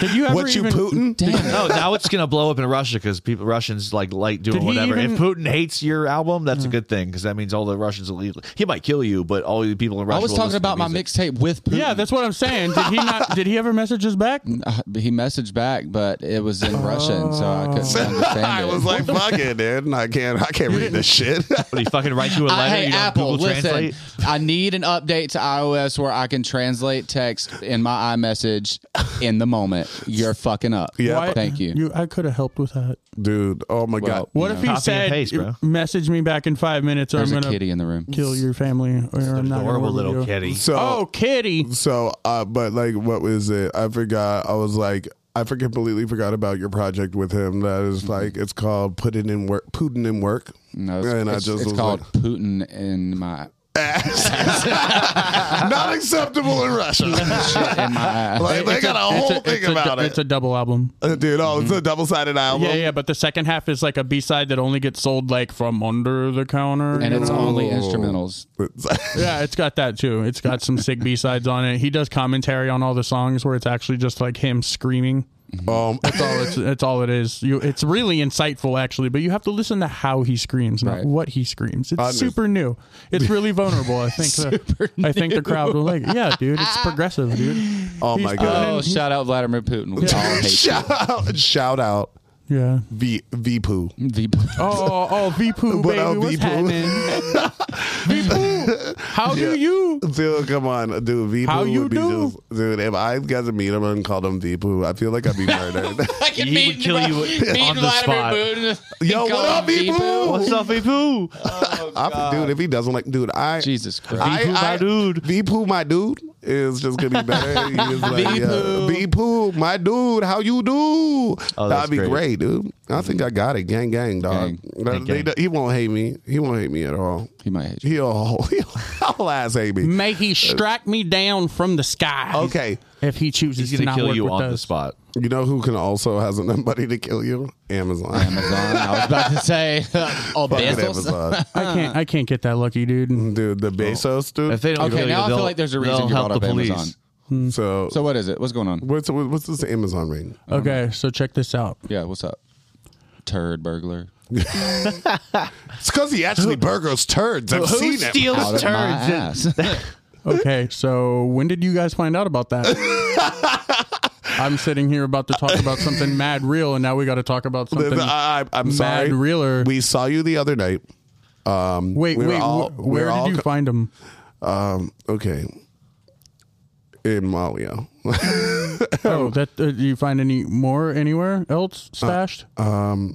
C: Did you ever
A: what you
C: even-
A: Putin?
D: Damn.
B: No, now it's gonna blow up in Russia because people Russians like like doing
C: Did he
B: whatever.
C: even-
B: if Putin hates your album, that's a good thing because that means all the Russians will leave. He might kill you, but all the people in Russia.
D: I was
B: will
D: talking
B: listen to
D: about my
B: music.
D: mixtape with Putin.
C: Yeah, that's what I'm saying. Did he not? did he ever message us back?
D: Uh, he messaged back, but it was in Russian, so I couldn't understand
A: Oh. I
D: it.
A: was like, fuck it, dude. I can't. I can't read this shit.
B: But he fucking write you a letter.
D: I, hey
A: uh,
B: you don't
D: Apple,
B: Google
D: listen.
B: Translate.
D: I need an update to iOS where I can translate text in my iMessage in the moment. You're fucking up.
A: Yeah.
C: Why-
D: thank you.
C: I could have helped with that.
A: dude. Oh my god.
D: Well,
C: What if
D: You know,
C: he
B: copy and
C: said,
B: paste, bro.
C: "Message me back in five minutes, or
D: There's
C: I'm
D: a
C: gonna
D: kitty in the room.
C: kill your family, or I'm not gonna
B: Adorable
C: work with
B: little
C: you."
B: kitty.
A: So
C: Oh, kitty!
A: So, uh, but like, what was it? I forgot. I was like, I for- completely forgot about your project with him. That
C: Mm-hmm.
A: is, like, it's called "Put It in Work." Putin in work.
D: No, it's,
A: and I
D: it's-
A: just
D: it's
A: was
D: called
A: like,
D: Putin in my
A: not acceptable in Russia.
D: shit in my ass.
A: like they
C: It's
A: got a, whole
C: it's
A: thing
C: it's a-
A: about
C: It's
A: it,
C: a double album.
A: Uh, dude. Oh, it's a double-sided album.
C: Yeah, yeah, but the second half is like a B side that only gets sold like from under the counter,
D: and
C: you
D: it's
C: know?
D: only instrumentals.
C: yeah, it's got that too. It's got some sick B sides on it. He does commentary on all the songs where it's actually just like him screaming.
A: um,
C: That's all. It's that's all it is. You, it's really insightful actually, but you have to listen to how he screams, not
D: Right.
C: what he screams. It's
A: Understood.
C: super new. It's really vulnerable. I think. the, I think the crowd will like. it. Yeah, dude, it's progressive, dude.
A: oh
C: He's
A: my god!
D: Oh, shout out Vladimir Putin. We all hate you.
A: shout out, shout out,
C: Yeah.
A: V V poo.
D: The-
C: Oh, oh, oh Vipu,
A: What
C: baby,
A: up,
C: what's
A: Vipu?
C: happening? Vipu, how do you?
A: Dude, come on, dude. V
C: How
A: poo
C: you
A: would be
C: do?
A: just, dude. If I got to meet him and called him V poo, I feel like I'd be murdered.
D: fucking
B: He would kill you on the spot.
A: Yo, what up, Beepu?
B: What's up, Poo?
A: I, dude, if he doesn't like, dude, I
D: Jesus Christ.
A: I,
B: Poo, my
A: I-
B: dude.
A: V poo, my dude is just gonna be better. He is like,
D: V
A: yeah,
D: Poo.
A: V poo, my dude, how you do?
B: Oh, that's
A: That'd be great,
B: great.
A: dude. I think I got it. Gang, gang, dog.
D: Gang.
A: That- they-
B: gang.
A: he won't hate me. He won't hate me at all.
D: He might hate you.
A: He'll, he'll, he'll ass hate
B: Mm.
A: me.
C: May he strike me down from the sky.
A: Okay.
C: If he chooses
B: He's
C: to not
B: gonna kill
C: work
B: you
C: with
B: on
C: us.
B: the spot.
A: You know who can also has enough money to kill you? Amazon.
D: Amazon. I was about to say, oh,
A: Fucking
D: Bezos.
A: Amazon.
C: I can't. I can't get that lucky, dude.
A: Dude, the Bezos dude.
B: If they don't
D: Okay,
B: kill you,
D: now I feel
B: they'll-
D: like there's a reason
B: they'll
D: you
B: help
D: brought
B: the
D: up
B: police.
D: Amazon.
C: Mm.
A: so,
D: So what is it? What's going on?
A: what's what's this Amazon rating?
C: Okay, so check this out.
D: Yeah, what's up? Turd burglar.
A: It's because he actually burgers turds. I've
B: Who
A: seen it.
B: steals
D: Out of my
B: turds?
D: ass.
C: Okay, so when did you guys find out about that? I'm sitting here about to talk about something mad real, and now we got to talk about
A: The- uh,
C: something.
A: the- I, I'm sorry.
C: realer.
A: We saw you the other night. Um,
C: wait,
A: we were
C: wait.
A: all-
C: wh-
A: we
C: where
A: were
C: did
A: all
C: you
A: co-
C: find him?
A: Um, okay. In Malio.
C: Oh, that uh, do you find any more anywhere else
A: Uh,
C: stashed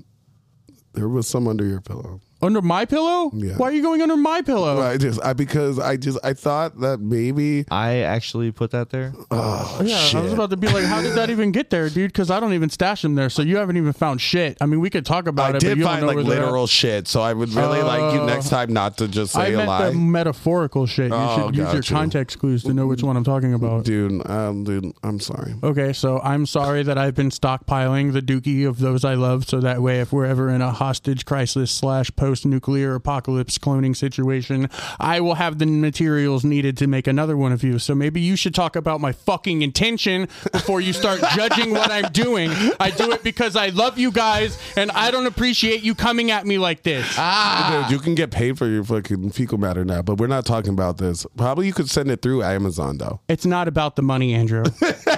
A: there was some under your pillow.
C: under my pillow?
A: uh, Yeah.
C: Why are you going under my pillow?
A: I just I because I just I thought that maybe
B: I actually put that there.
C: Yeah, I was about to be like, how did that even get there, dude? Because I don't even stash them there, so you haven't even found shit. I mean, we could talk about
A: I
C: it. but
A: did
C: you
A: find
C: don't know
A: like
C: where they're at. Uh,
A: literal shit, so I would really like you next time not to just
C: I
A: say a
C: meant
A: lie.
C: the metaphorical shit. You
A: Oh,
C: should use your
A: gotcha.
C: context clues to know which one I'm talking about.
A: dude, um, dude, I'm sorry.
C: Okay, so I'm sorry that I've been stockpiling the dookie of those I love, so that way, if we're ever in a hostage crisis slash post nuclear apocalypse cloning situation, I will have the materials needed to make another one of you. So maybe you should talk about my fucking intention before you start judging what I'm doing. I do it because I love you guys, and I don't appreciate you coming at me like this. Ah.
A: Dude, you can get paid for your fucking fecal matter now, but we're not talking about this. Probably you could send it through Amazon though.
C: It's not about the money, Andrew.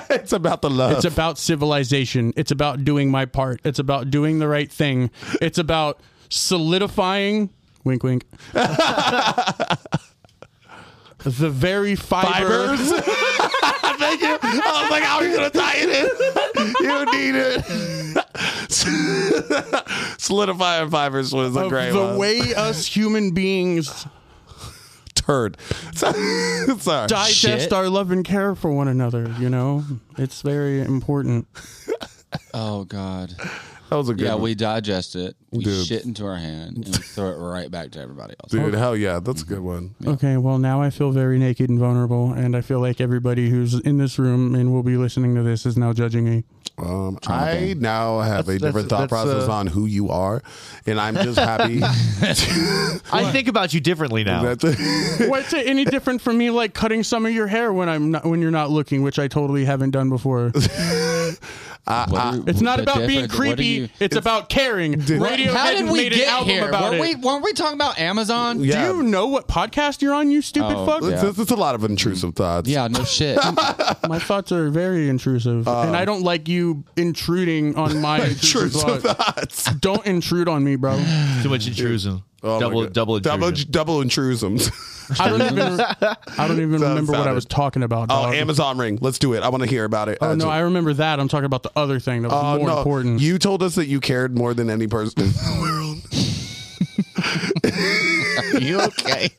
A: It's about the love.
C: It's about civilization. It's about doing my part. It's about doing the right thing. It's about solidifying, wink, wink, the very fiber.
A: fibers. Thank you. I was like, how are you gonna tie it in? you need it. Solidifying fibers was a
C: Of
A: great
C: the
A: one.
C: way us human beings
A: turd. Sorry.
C: digest our love and care for one another, you know, it's very important.
D: oh God.
A: That was a good
D: Yeah,
A: one.
D: we digest it. We
A: Dude.
D: shit into our hand and we throw it right back to everybody else.
A: Dude, hell yeah. That's a good one.
C: Okay, well, now I feel very naked and vulnerable, and I feel like everybody who's in this room and will be listening to this is now judging me.
A: Um, I now have a
B: That's-
A: different
B: that's- that's,
A: thought process
B: uh,
A: on who you are, and I'm just happy.
B: I think about you differently now.
A: that-
C: What's it any different from me like cutting some of your hair when I'm not, when you're not looking, which I totally haven't done before. It's not about being creepy. it's, about caring. Radio
D: How did we
C: made an
D: get
C: album
D: here?
C: about
D: Weren't we,
C: it.
D: weren't we talking about Amazon?
A: Yeah.
C: Do you know what podcast you're on, you stupid
D: Oh,
C: fuck?
A: It's, it's a lot of intrusive thoughts.
D: Yeah, no shit.
C: My thoughts are very intrusive, and
D: Um,
C: I don't like you intruding on my intrusive
A: Intrusive
C: thoughts.
A: thoughts.
C: Don't intrude on me, bro.
B: Too much intrusion.
A: Oh my
B: double,
A: God.
B: double intrusion.
A: double, double intrusives.
C: I don't even. I don't even remember what I
A: sounded-
C: was talking about.
A: Oh,
C: dog.
A: Amazon ring. Let's do it. I want to hear about it. Uh,
C: Oh, no, I remember that. I'm talking about the other thing that was
D: Uh,
A: Oh,
C: more
A: no.
C: important.
A: You told us that you cared more than any person in the world.
D: you okay?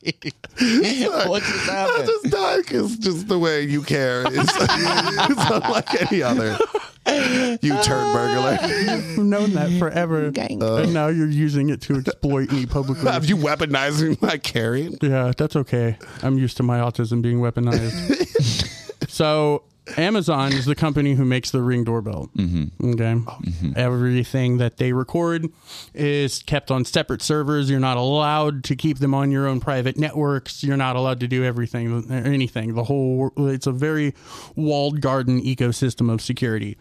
D: what just
A: I
D: happened?
A: just died because just the way you care is it's unlike any other. You turd burglar.
C: I've known that forever, and now you're using it to exploit me publicly.
A: Have you weaponizing my caring?
C: Yeah, that's okay. I'm used to my autism being weaponized. so, Amazon is the company who makes the Ring doorbell. Mm-hmm. Okay. Everything that they record is kept on separate servers. You're not allowed to keep them on your own private networks. You're not allowed to do everything, anything. The whole, it's a very walled garden ecosystem of security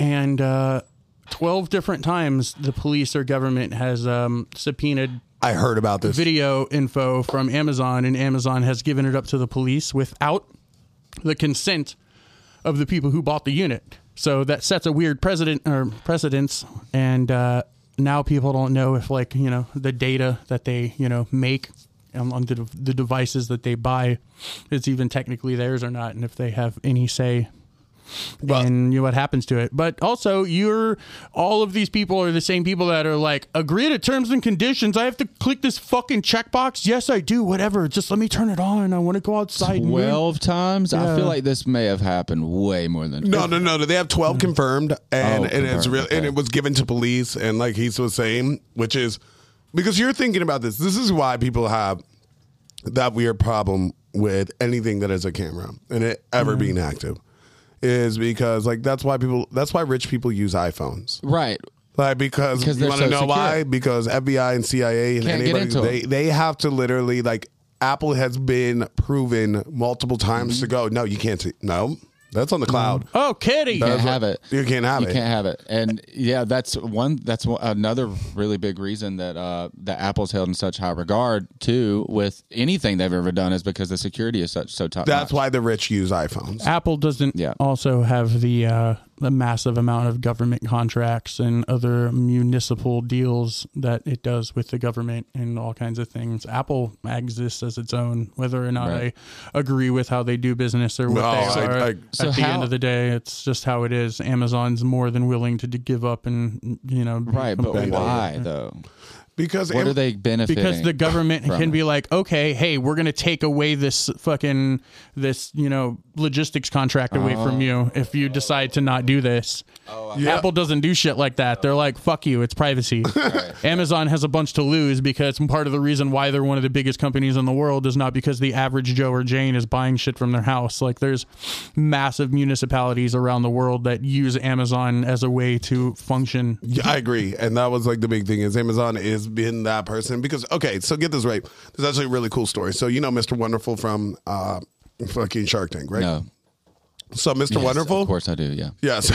C: and uh, 12 different times the police or government has um, subpoenaed
A: I heard about this.
C: video info from Amazon, and Amazon has given it up to the police without the consent of the people who bought the unit. So that sets a weird precedent or precedence, and uh, now people don't know if, like, you know, the data that they you know make on on the, the devices that they buy is even technically theirs or not, and if they have any say
A: But-
C: and you know, what happens to it. But also, you're all of these people are the same people that are like, agree to terms and conditions. I have to click this fucking checkbox. Yes, I do. Whatever. Just let me turn it on. I want to go outside. and move."
D: Twelve times. I feel like this may have happened way more than
A: No, no, no, no. They have twelve confirmed, and,
D: Oh,
A: and it's
D: confirmed,
A: real,
D: okay.
A: and it was given to police, and like he was saying, which is because you're thinking about this. This is why people have that weird problem with anything that is a camera and it
D: Mm-hmm.
A: ever being active, is because like that's why people that's why rich people use iPhones.
D: Right.
A: Like because,
D: Because they're
A: you want to
D: so
A: know
D: secure.
A: why? Because FBI and CIA and
D: Can't get
A: anybody
D: into 'em.
A: they they have to literally like Apple has been proven multiple
D: Mm-hmm.
A: times to go. No, you can't. See, no, that's on the cloud.
C: Oh, kitty.
D: You can't
A: what-
D: have it.
A: you can't have
D: You
A: it.
D: can't have it. And yeah, that's one. That's one, another really big reason that uh, that Apple's held in such high regard too with anything they've ever done is because the security is such so top.
A: That's why the rich use iPhones.
C: Apple doesn't
D: Yeah.
C: also have the uh, the massive amount of government contracts and other municipal deals that it does with the government and all kinds of things. Apple exists as its own, whether or not
D: Right.
C: I agree with how they do business or what
A: No,
C: they
A: I-
C: are.
A: I-
C: At
D: So
C: the
D: how-
C: end of the day, it's just how it is. Amazon's more than willing to d- give up and you know be
D: Right, but
C: completely-
D: why though?
A: Because
D: What
A: it-
D: are they benefiting?
C: because the government
D: from
C: can
D: it.
C: be like, okay, hey, we're gonna take away this fucking this you know logistics contract away from you if you decide to not do this.
A: Yeah.
C: Apple doesn't do shit like that. They're like, fuck you, it's privacy. Amazon has a bunch to lose because part of the reason why they're one of the biggest companies in the world is not because the average Joe or Jane is buying shit from their house. Like there's massive municipalities around the world that use Amazon as a way to function.
A: Yeah, I agree, and that was like the big thing is Amazon is been that person because okay, so get this right. There's actually a really cool story. So you know Mr. Wonderful from uh, fucking Shark Tank, right?
D: no.
A: So Mr.
D: Yes,
A: Wonderful,
D: Of course I do. Yeah.
A: Yes.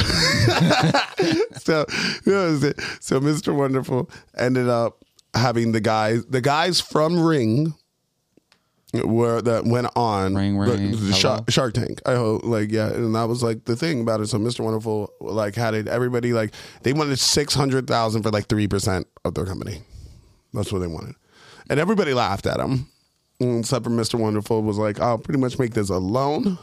A: so, so Mr. Wonderful ended up having the guys, the guys from Ring, were that went on
D: Ring,
A: the-
D: Ring,
A: the
D: hello?
A: Shark, Shark Tank. I hope, like, yeah, and that was like the thing about it. So Mr. Wonderful, like, had it. Everybody, like, they wanted six hundred thousand for like three percent of their company. That's what they wanted, and everybody laughed at him, except for Mr. Wonderful was like, "I'll pretty much make this a loan."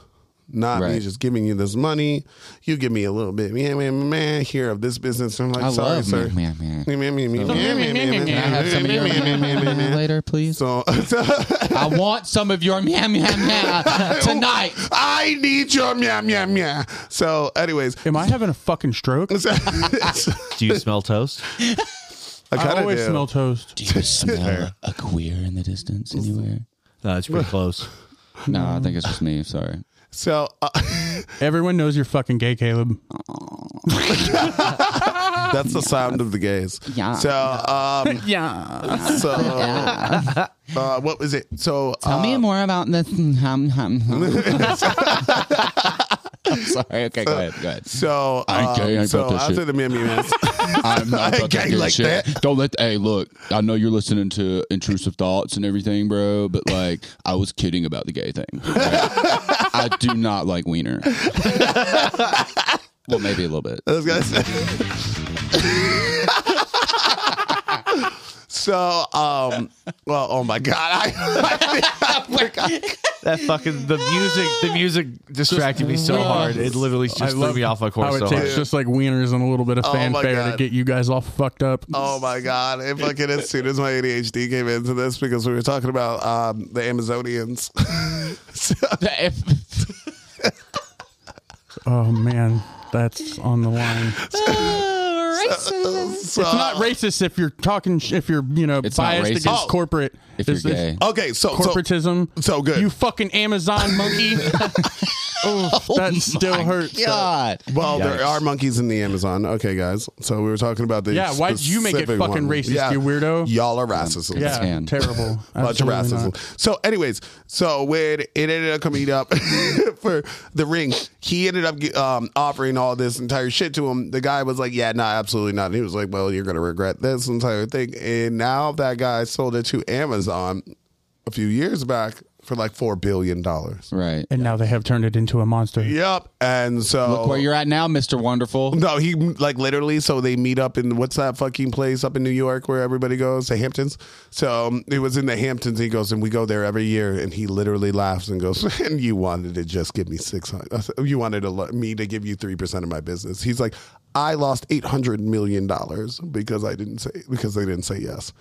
A: Not me
D: Right.
A: just giving you this money. You give me a little bit, man, man, man, here of this business. I'm like,
D: I
A: sorry,
D: love
A: sir.
D: man, man, man.
A: Meh, meh, meh, meh, meh, meh, meh,
D: Can I have some of your meow, meow, meow, meow later, please?
A: So
D: I want some of your meow, meow, meow tonight.
A: I need your meow meow meow. So, anyways,
C: Am I having a fucking stroke?
A: so- I
B: Do you smell toast?
A: kind
C: I
A: of
C: always smell toast.
D: Do you smell a queer in the distance anywhere?
B: No, it's pretty close.
D: No, I think it's just me. Sorry.
A: So, uh,
C: Everyone knows you're fucking gay, Caleb.
A: that's the sound of the gays.
D: Yeah.
A: So, um,
C: Yeah.
A: so
D: Oh.
A: uh, what was it? So,
D: Tell
A: uh,
D: me more about this. Hum, hum, hum. I'm sorry. Okay, go ahead. Go ahead.
A: So,
D: I ain't
A: um,
D: gay, I ain't
A: so
D: about that
A: after
D: shit.
A: the meow meow meows,
D: I'm not
A: I
D: about that
A: ain't
D: dude
A: like
D: shit.
A: that.
D: Don't let. Hey, look. I know you're listening to intrusive thoughts and everything, bro. But like, I was kidding about the gay thing. right? I do not like wiener. well, maybe a little bit.
A: I was gonna say. so, um, well, oh my god, I,
B: That fucking the music, the music distracted me so hard. It literally just threw me off my
C: How
B: course
C: it
B: so
C: takes
B: hard.
C: just like wieners and a little bit of
A: Oh my
C: fanfare
A: God.
C: to get you guys all fucked up.
A: Oh my god! And fucking as soon as my ADHD came into this, because we were talking about um, the Amazonians. So-
C: Oh man, that's on the line.
A: so-
C: It's not racist if you're talking sh- if you're you know
D: It's not
C: biased
D: racist.
C: against
A: Oh.
C: corporate.
D: if you're
C: It's- it's
D: gay,
A: Okay, so so-
C: Corporatism.
A: So good.
C: You fucking Amazon monkey. oh, that still hurts.
D: God.
A: well, there
B: Yikes.
A: are monkeys in the Amazon. Okay, guys. So we were talking about the
C: Yeah, why'd you make it
A: specific
C: fucking
A: one.
C: racist, you weirdo?
A: Y'all are racist.
C: Yeah,
D: Fan.
C: terrible.
A: bunch of
C: Absolutely
A: racism.
C: not.
A: So, anyways, so when it ended up coming up for the ring, he ended up um, offering all this entire shit to him. The guy was like, "Yeah, no, absolutely not." And he was like, "Well, you're gonna regret this entire thing." And now that guy sold it to Amazon a few years back for like four billion dollars.
D: Right.
C: And now they have turned it into a monster.
A: Yep. And so
D: Look where you're at now, Mr. Wonderful.
A: No, he like literally. So they meet up in what's that fucking place up in New York where everybody goes, the Hamptons. So um, it was in the Hamptons. He goes, and we go there every year. And he literally laughs and goes, "And you wanted to just give me six hundred? You wanted to, lo- me to give you three percent of my business?" He's like, "I lost eight hundred million dollars because I didn't say because they didn't say yes."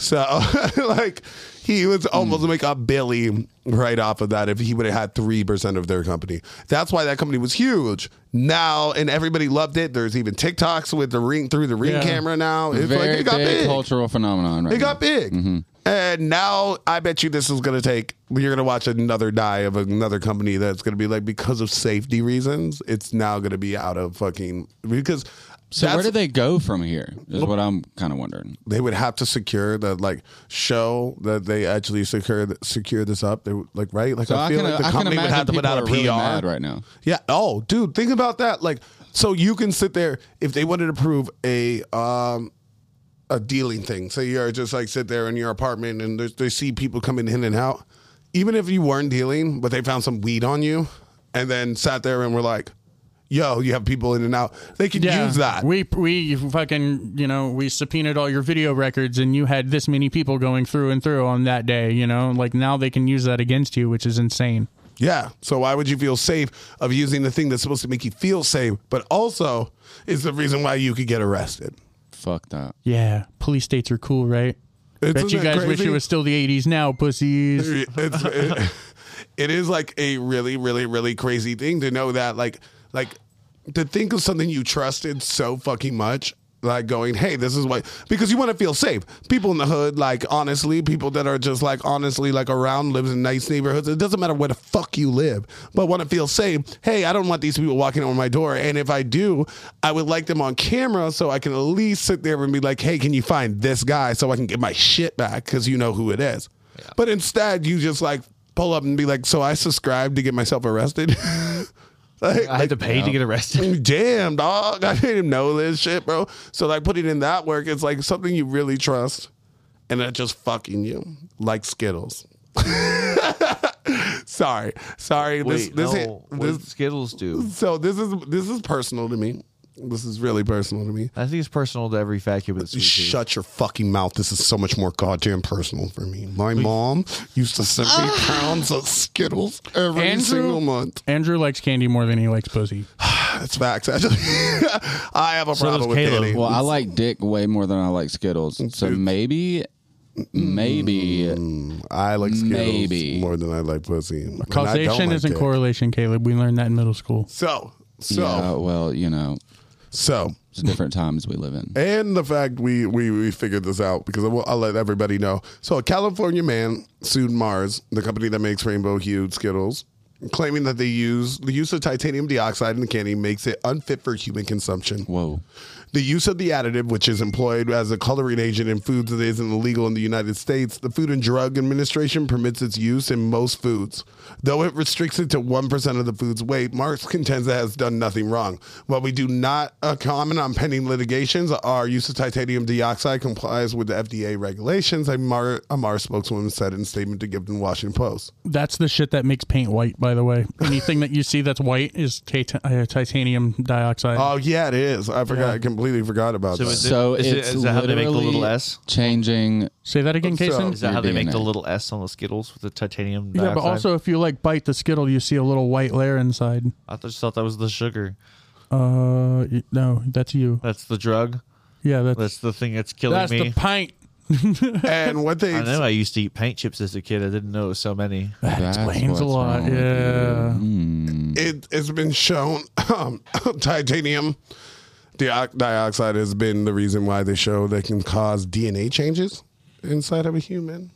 A: So like he was almost
D: Hmm.
A: like a Billy right off of that if he would have had three percent of their company. That's why that company was huge. Now and everybody loved it. There's even TikToks with the ring through the ring
C: Yeah.
A: camera now. It's
D: Very
A: like it got
D: big, Mm-hmm.
A: big.
D: cultural phenomenon. Right
A: It got big. And now I bet you this is going to take, you're going to watch another die of another company that's going to be like, because of safety reasons, it's now going to be out of fucking, because
D: So where
A: that's-
D: do they go from here? Is what I'm kind of wondering.
A: they would have to secure the like show that they actually secure secure this up. They would, like right, like
D: So
A: I, feel like the company would have to put
D: people
A: out a
D: are
A: PR
D: really mad right now.
A: Yeah. Oh, dude, think about that. Like, so you can sit there if they wanted to prove a um a dealing thing. So you're just like sit there in your apartment and there's- they see people coming in and out. Even if you weren't dealing, but they found some weed on you, and then sat there and were like, "Yo, you have people in and out." They could use that.
C: We we fucking you know we subpoenaed all your video records and you had this many people going through and through on that day. You know, like now they can use that against you, which is insane.
A: Yeah. So why would you feel safe of using the thing that's supposed to make you feel safe, but also is the reason why you could get arrested?
D: Fuck that.
C: Yeah, police states are cool, right? Bet
A: Isn't
C: you
A: that
C: guys wish
A: crazy?
C: it was still the '80s now, pussies.
A: It's, it- it is like a really, really, really crazy thing to know that, like, like to think of something you trusted so fucking much. Like going, hey, this is what because you want to feel safe. People in the hood, like honestly, people that are just like honestly, like around lives in nice neighborhoods. It doesn't matter where the fuck you live, but want to feel safe. Hey, I don't want these people walking over my door, and if I do, I would like them on camera so I can at least sit there and be like, hey, can you find this guy so I can get my shit back because you know who it is. But instead, you just like pull up and be like, "So I subscribed to get myself arrested." like,
B: I had to pay to get arrested.
A: damn dog, I didn't know this shit, bro. So like putting in that work, it's like something you really trust, and that just fucking you like Skittles. sorry, sorry.
B: Wait,
A: this, this,
B: no. What did
A: this-
B: Skittles do?
A: so this is this is personal to me. This is really personal to me.
B: I think it's personal to every fat kid with a sweet
C: Mm-hmm.
B: tooth.
A: Shut your fucking mouth. This is so much more goddamn personal for me. My mom used to send me
D: Ah.
A: pounds of Skittles every
C: Andrew?
A: single month.
C: Andrew likes candy more than he likes pussy.
A: That's facts, actually. I have a problem
C: does
A: with
C: Caleb.
A: Danny.
D: Well, I like dick way more than I like Skittles. So maybe, maybe
B: Mm.
A: Mm, I like Skittles
D: Maybe.
A: more than I like pussy. And I don't
C: Causation
A: like
C: isn't
A: dick.
C: correlation, Caleb. We learned that in middle school.
A: So, so,
D: yeah. Well, you know,
A: so.
D: it's different times we live in.
A: and the fact we we, we figured this out because I will, I'll let everybody know. So a California man sued Mars, the company that makes rainbow hued Skittles, claiming that they use the use of titanium dioxide in the candy makes it unfit for human consumption.
D: Whoa.
A: The use of the additive, which is employed as a coloring agent in foods that isn't illegal in the United States, the Food and Drug Administration permits its use in most foods. Though it restricts it to 1% of the food's weight, Marx contends it has done nothing wrong. While we do not uh, comment on pending litigations, our use of titanium dioxide complies with the FDA regulations, a Mar- a Mars spokeswoman said in a statement to Given Washington Post.
B: Mm.
C: That's the shit that makes paint white, by the way. Anything that you see that's white is tita- uh, titanium dioxide.
A: Oh, yeah, it is. I forgot. I completely forgot about
B: So
A: that.
B: is it-
D: So
B: it-
D: it's
B: is that how they make the little
D: literally
B: S?
D: Changing.
C: Say that again,
A: So-
C: Kason.
B: Is that
D: Your
B: how they make the
D: DNA.
B: little S on the Skittles with the titanium?
C: Yeah, but
B: dioxide?
C: also if you like bite the skittle, you see a little white layer inside.
B: I just thought that was the sugar.
C: Uh, y- no, that's you.
B: That's the drug.
C: Yeah, that's
B: That's the thing that's killing
C: that's
B: me.
C: the pint.
A: and what they
B: I know I used to eat paint chips as a kid. I didn't know it was so many.
D: That
C: explains a lot. Yeah,
A: it, it's been shown um, titanium dio- dioxide has been the reason why they show they can cause DNA changes inside of a human.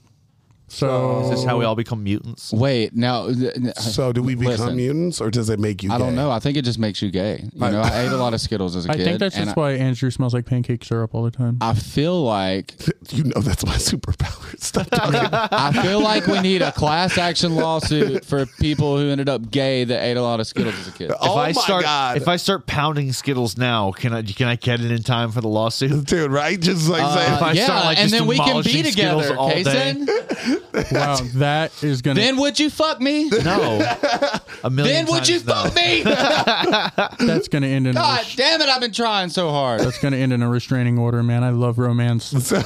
C: so
B: Is this how we all become mutants?
D: Wait. Now. th- th-
A: So do we become
D: listen.
A: mutants, or does it make you?
D: I don't
A: gay?
D: know. I think it just makes you gay. You know, I ate a lot of Skittles as a
C: I
D: kid.
C: think that's
D: and
C: just
D: I, Ah,
C: why Andrew smells like pancake syrup all the time.
D: I feel like
A: You know that's my superpower. Stop talking.
D: I feel like we need a class action lawsuit for people who ended up gay that ate a lot of Skittles as a kid.
B: if
A: oh
B: I
A: my
B: start,
A: god,
B: if I start pounding Skittles now, can I can I get it in time for the lawsuit?
A: dude! Right? Just like
D: Uh,
B: if I
D: yeah,
B: start, like,
D: and
B: just
D: then we can be
B: demolishing Skittles
D: together,
B: all day.
D: Kason.
C: Wow, that is gonna
D: Then would you fuck me?
B: No. A million
D: Then would
B: times
D: you
B: no.
D: fuck me?
C: that's gonna end in a
D: God
C: res-
D: damn it! I've been trying so hard.
C: that's gonna end in a restraining order, man. I love romance.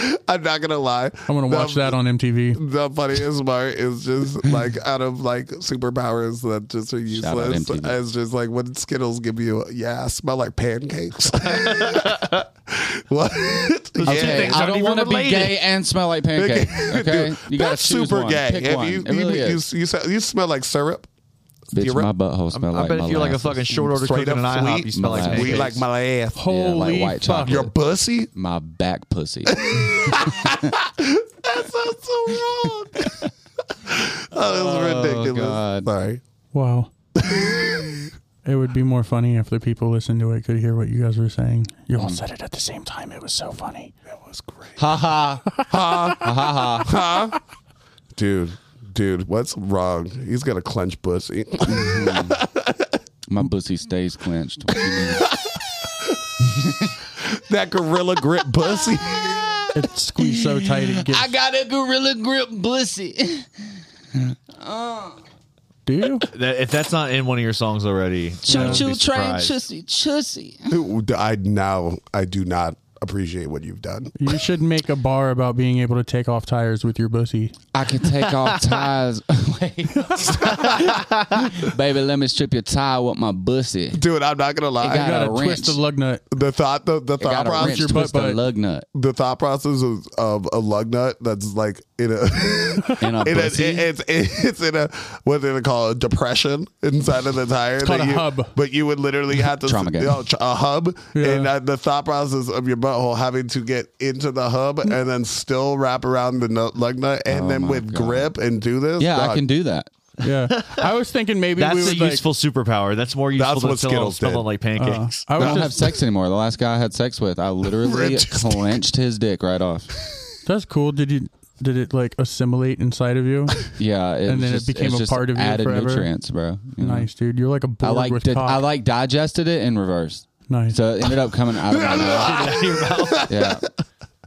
A: I'm not gonna lie.
C: I'm gonna watch that on MTV.
A: The funniest part is just like out of like superpowers that just are
D: out
A: useless.
D: MTV.
A: It's just like when Skittles give you, a, yeah, I smell like pancakes. what?
B: two
D: Okay,
B: things
D: I
B: aren't
D: don't
B: even
D: want to be
B: related.
D: gay and smell like pancake. Okay,
A: Dude,
D: you gotta
A: that's
D: choose
A: super
D: one.
A: gay.
D: Pick
A: If
D: one.
A: you,
D: it really
A: you, you,
D: is.
A: you, you smell like syrup.
D: Bitch,
A: you're-
D: my butthole smell
B: I
D: like
B: bet if you're like a
D: molasses.
B: fucking short order cook
A: Straight
B: in an
A: up
B: IHOP,
A: sweet.
B: you smell like
D: Sweet.
A: We
B: pancakes.
A: like my ass.
C: Holy
D: white
C: fuck.
D: chocolate.
A: Your pussy.
D: my back pussy.
A: That's so, so wrong. oh, it's ridiculous.
D: God.
A: Sorry.
C: Wow. it would be more funny if the people listening to it could hear what you guys were saying. You
D: Mm.
C: all said it at the same time. It was so funny.
A: That was great.
D: ha ha.
A: Dude, dude, what's wrong? He's got a clench pussy.
D: My pussy stays clenched. What you mean?
A: that gorilla grip pussy.
C: It's squeezed so tight it gets.
D: I got a gorilla grip pussy.
C: Do you?
B: That- if that's not in one of your songs already,
D: Choo
B: I'd
D: choo
B: be
D: train,
B: surprised.
D: chussy chussy.
A: Dude, I now I do not appreciate what you've done.
C: You should make a bar about being able to take off tires with your pussy.
D: I can take off ties. Wait. Baby, let me strip your tie with my pussy.
A: Dude, I'm not gonna
D: It
A: lie.
D: got-
C: Gotta
D: a wrench.
C: twist the lug nut.
A: The thought the, the thought
D: Got a
A: process
D: wrench
C: your
D: twist
C: butt
D: a
C: butt.
D: lug nut
A: the thought process of, of a lug nut that's like in a
D: in a
A: It is,
D: pussy.
A: it, it's it's in a what do they call it, depression inside of the tire. It's
C: called a hub.
A: But you would literally have to
D: Trauma gate.
A: you know, tr- a hub,
C: Yeah.
A: and uh, the thought process of your butthole having to get into the hub and then still wrap around the nut, lug nut, and
D: Oh
A: then
D: my
A: with
D: God.
A: grip and do this.
D: yeah, I
A: dog,
D: can do that.
C: Yeah. I was thinking maybe
B: That's
C: we
B: a
C: would like, uh,
B: useful superpower. That's more useful
A: That's
B: than
A: what
B: someone
A: Skittles did.
B: smelling like pancakes.
C: I
D: I
C: was
D: don't have
C: just,
D: sex anymore. The last guy I had sex with, I literally
A: Ripped his dick.
D: clenched his dick right off.
C: that's cool. Did you did it like assimilate inside of you?
D: Yeah, it
C: And
D: was
C: then it
D: just,
C: became
D: it's
C: a
D: just
C: part of you
D: added
C: forever.
D: nutrients, bro. You know?
C: nice, dude. You're like a
D: I
C: board
D: like
C: with
D: di-
C: cock.
D: I like digested it in reverse,
C: nice.
D: so it ended up coming out of my mouth. Yeah,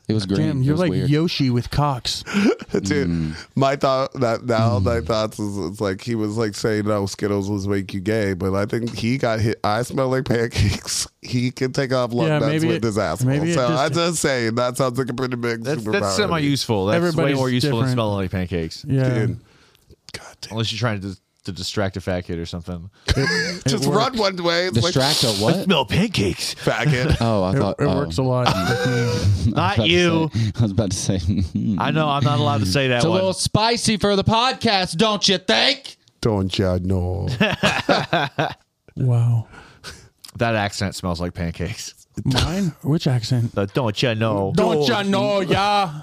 D: it was green.
C: Damn,
D: It
C: you're
D: was
C: like
D: weird.
C: Yoshi with cocks.
A: dude. My thought that now my thoughts is it's like he was like saying no Skittles was make you gay, but I think he got hit. I smell like pancakes. He can take off lug
C: Yeah,
A: nuts
C: maybe
A: with
C: it-
A: his asshole.
C: maybe it
A: so
C: just-
A: I'm just saying that sounds like a pretty big
B: That's,
A: superpower.
B: that's
A: to me.
B: semi useful. That's
C: Everybody's
B: way more useful
C: different.
B: than smelling like pancakes.
C: Yeah.
A: Dude. God damn.
B: Unless you're trying to, to distract a fat kid or something.
A: Just run one way. It's
D: Distract a what?
B: Smell pancakes.
A: like faggot.
D: Oh, I
C: It,
D: thought
C: it
D: oh.
C: works a lot.
D: I was about
B: Not
D: to
B: you.
D: say- I was about to say hmm. it's
B: I know. I'm not allowed to say
C: Oh,
B: that
D: a little
B: one.
D: spicy for the podcast, don't you think?
A: Don't ya know?
C: wow.
B: That accent smells like pancakes.
C: Mine? Which accent?
B: The don't you know?
C: Don't ya know, yeah.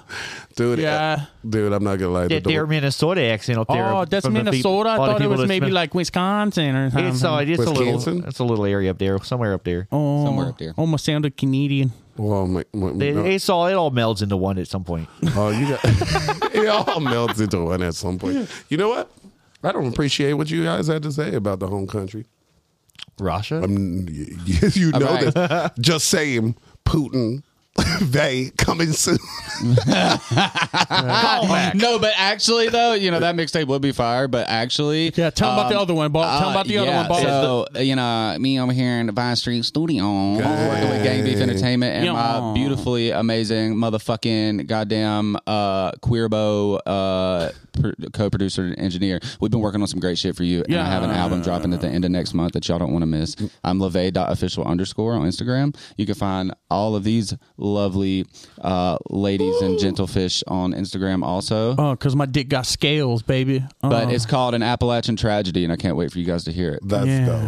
A: Dude,
C: Yeah.
A: uh, dude, I'm not gonna lie. The
B: That their
A: door-
B: Minnesota accent up there.
C: Oh, that's
B: from the peop-
C: Minnesota. I
B: all the
C: thought it
B: people
C: was
B: that
C: maybe
B: smell-
C: like Wisconsin or something.
B: It's, uh, it's a
A: Wisconsin?
B: little. It's a little area up there, somewhere up there.
C: oh,
D: somewhere up there.
C: Almost sounded Canadian.
A: Oh my! my
B: They-
A: no.
B: It's all. It all melds into one at some point.
A: Oh, you got it all melts into one at some point. You know what? I don't appreciate what you guys had to say about the home country.
B: Russia.
A: Mm, y- y- you know
D: right.
A: that. Just saying, Putin, they coming soon.
C: Ah,
D: No, but actually though, you know that mixtape would be fire. But actually,
C: Yeah, tell 'em about the other one, Bob. Oh, Tell 'em about the other one, Bob.
D: Um, Uh, So uh, you know, me over here in the Vine Street Studio, I'm working with Gang Beef Entertainment and
C: Yeah.
D: my beautifully amazing motherfucking goddamn uh, Queerbo uh, pr- co-producer and engineer. We've been working on some great shit for you, and I have an
C: Yeah.
D: album dropping at the end of next month that y'all don't want to miss. I'm levay.official underscore on Instagram. You can find all of these lovely uh, ladies and gentlefish on Instagram also.
C: Oh, because my dick got scales, baby. Uh,
D: But it's called an Appalachian tragedy, and I can't wait for you guys to hear it.
A: That's
C: Yeah.
A: dope.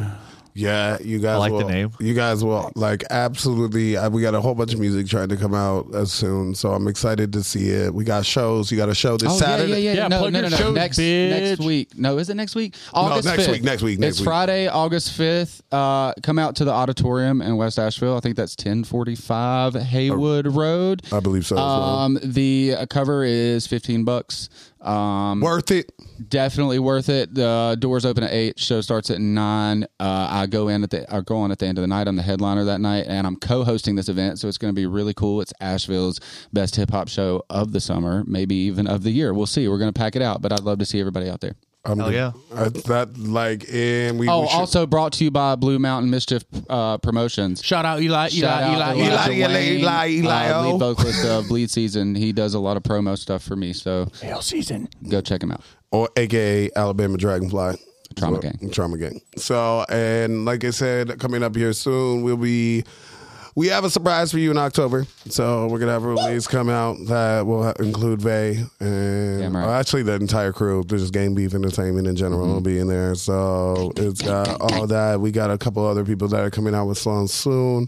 A: Yeah, you guys.
B: like the
A: will,
B: name.
A: You guys will like absolutely. uh, We got a whole bunch of music trying to come out as soon, so I'm excited to see it. We got shows. You got a show this
D: Oh,
A: Saturday.
D: Yeah, yeah, yeah.
C: Yeah,
D: no,
C: plug
D: no,
C: your
D: no, no.
C: shows,
D: next,
C: bitch.
D: next week. No, is it next week? August
A: next
D: 5th.
A: week, next week, next
D: it's
A: week.
D: Friday, August 5th. Uh, come out to the auditorium in West Asheville. I think that's 1045 Haywood Road.
A: I believe so. as well.
D: Um, the uh, cover is 15 bucks.
A: Worth it.
D: Definitely worth it. The doors open at eight. Show starts at nine. Uh, I go in at the I go on at the end of the night. I'm the headliner that night, and I'm co-hosting this event, so it's going to be really cool. It's Asheville's best hip hop show of the summer, maybe even of the year. We'll see. We're going to pack it out, but I'd love to see everybody out there.
A: I'm
B: Hell
A: good.
B: yeah.
A: I, that like and we.
D: Oh,
A: we should-
D: also brought to you by Blue Mountain Mischief uh, Promotions.
C: Shout out Eli, Eli,
D: Shout
C: Eli,
D: out
C: Eli.
A: Eli, Eli,
D: Dwayne,
A: Eli, Eli,
D: uh,
A: oh.
D: lead vocalist of Bleed Season. He does a lot of promo stuff for me, so
C: Hail season.
D: go check him out.
A: or AKA Alabama Dragonfly.
D: Trauma
A: So,
D: Gang.
A: Trauma Gang. So, and like I said, coming up here soon, we'll be. We have a surprise for you in October, so we're gonna have a release come out that will ha- include Vay and
D: Damn right. Mm-hmm.
A: well, actually the entire crew. There's just Game Beef Entertainment in general will be in there, so it's got all that. We got a couple other people that are coming out with songs soon,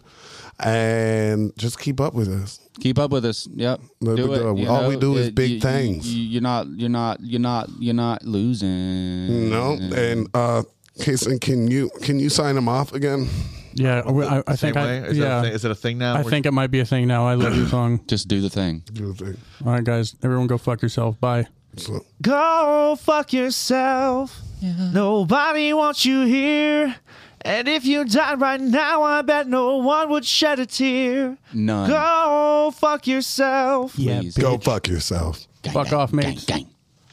A: and just keep up with us.
D: Keep up with us. Yep.
A: Let
D: do
A: me
D: it.
A: do it.
D: you
A: All we
D: know,
A: do is
D: it-
A: big
D: you- you-
A: things.
D: You, you're not. You're not. You're not. You're not losing.
A: No, and uh, Kason, can you can you sign them off again?
C: Yeah, I, I- I think
B: Same way?
C: I,
B: Is, that a thing,
C: yeah,
B: is that a thing now?
C: I
B: We're-
C: think it might be a thing now. I love you song.
D: Just do the thing.
A: Do the thing.
C: All right, guys, everyone go fuck yourself. Bye.
A: So-
B: Go fuck yourself. Nobody wants you here. And if you died right now, I bet no one would shed a tear.
D: None.
B: Go fuck yourself.
D: Please.
A: Go fuck yourself.
D: Gang,
C: Fuck
D: gang,
C: off,
D: gang,
C: mates.
D: gang.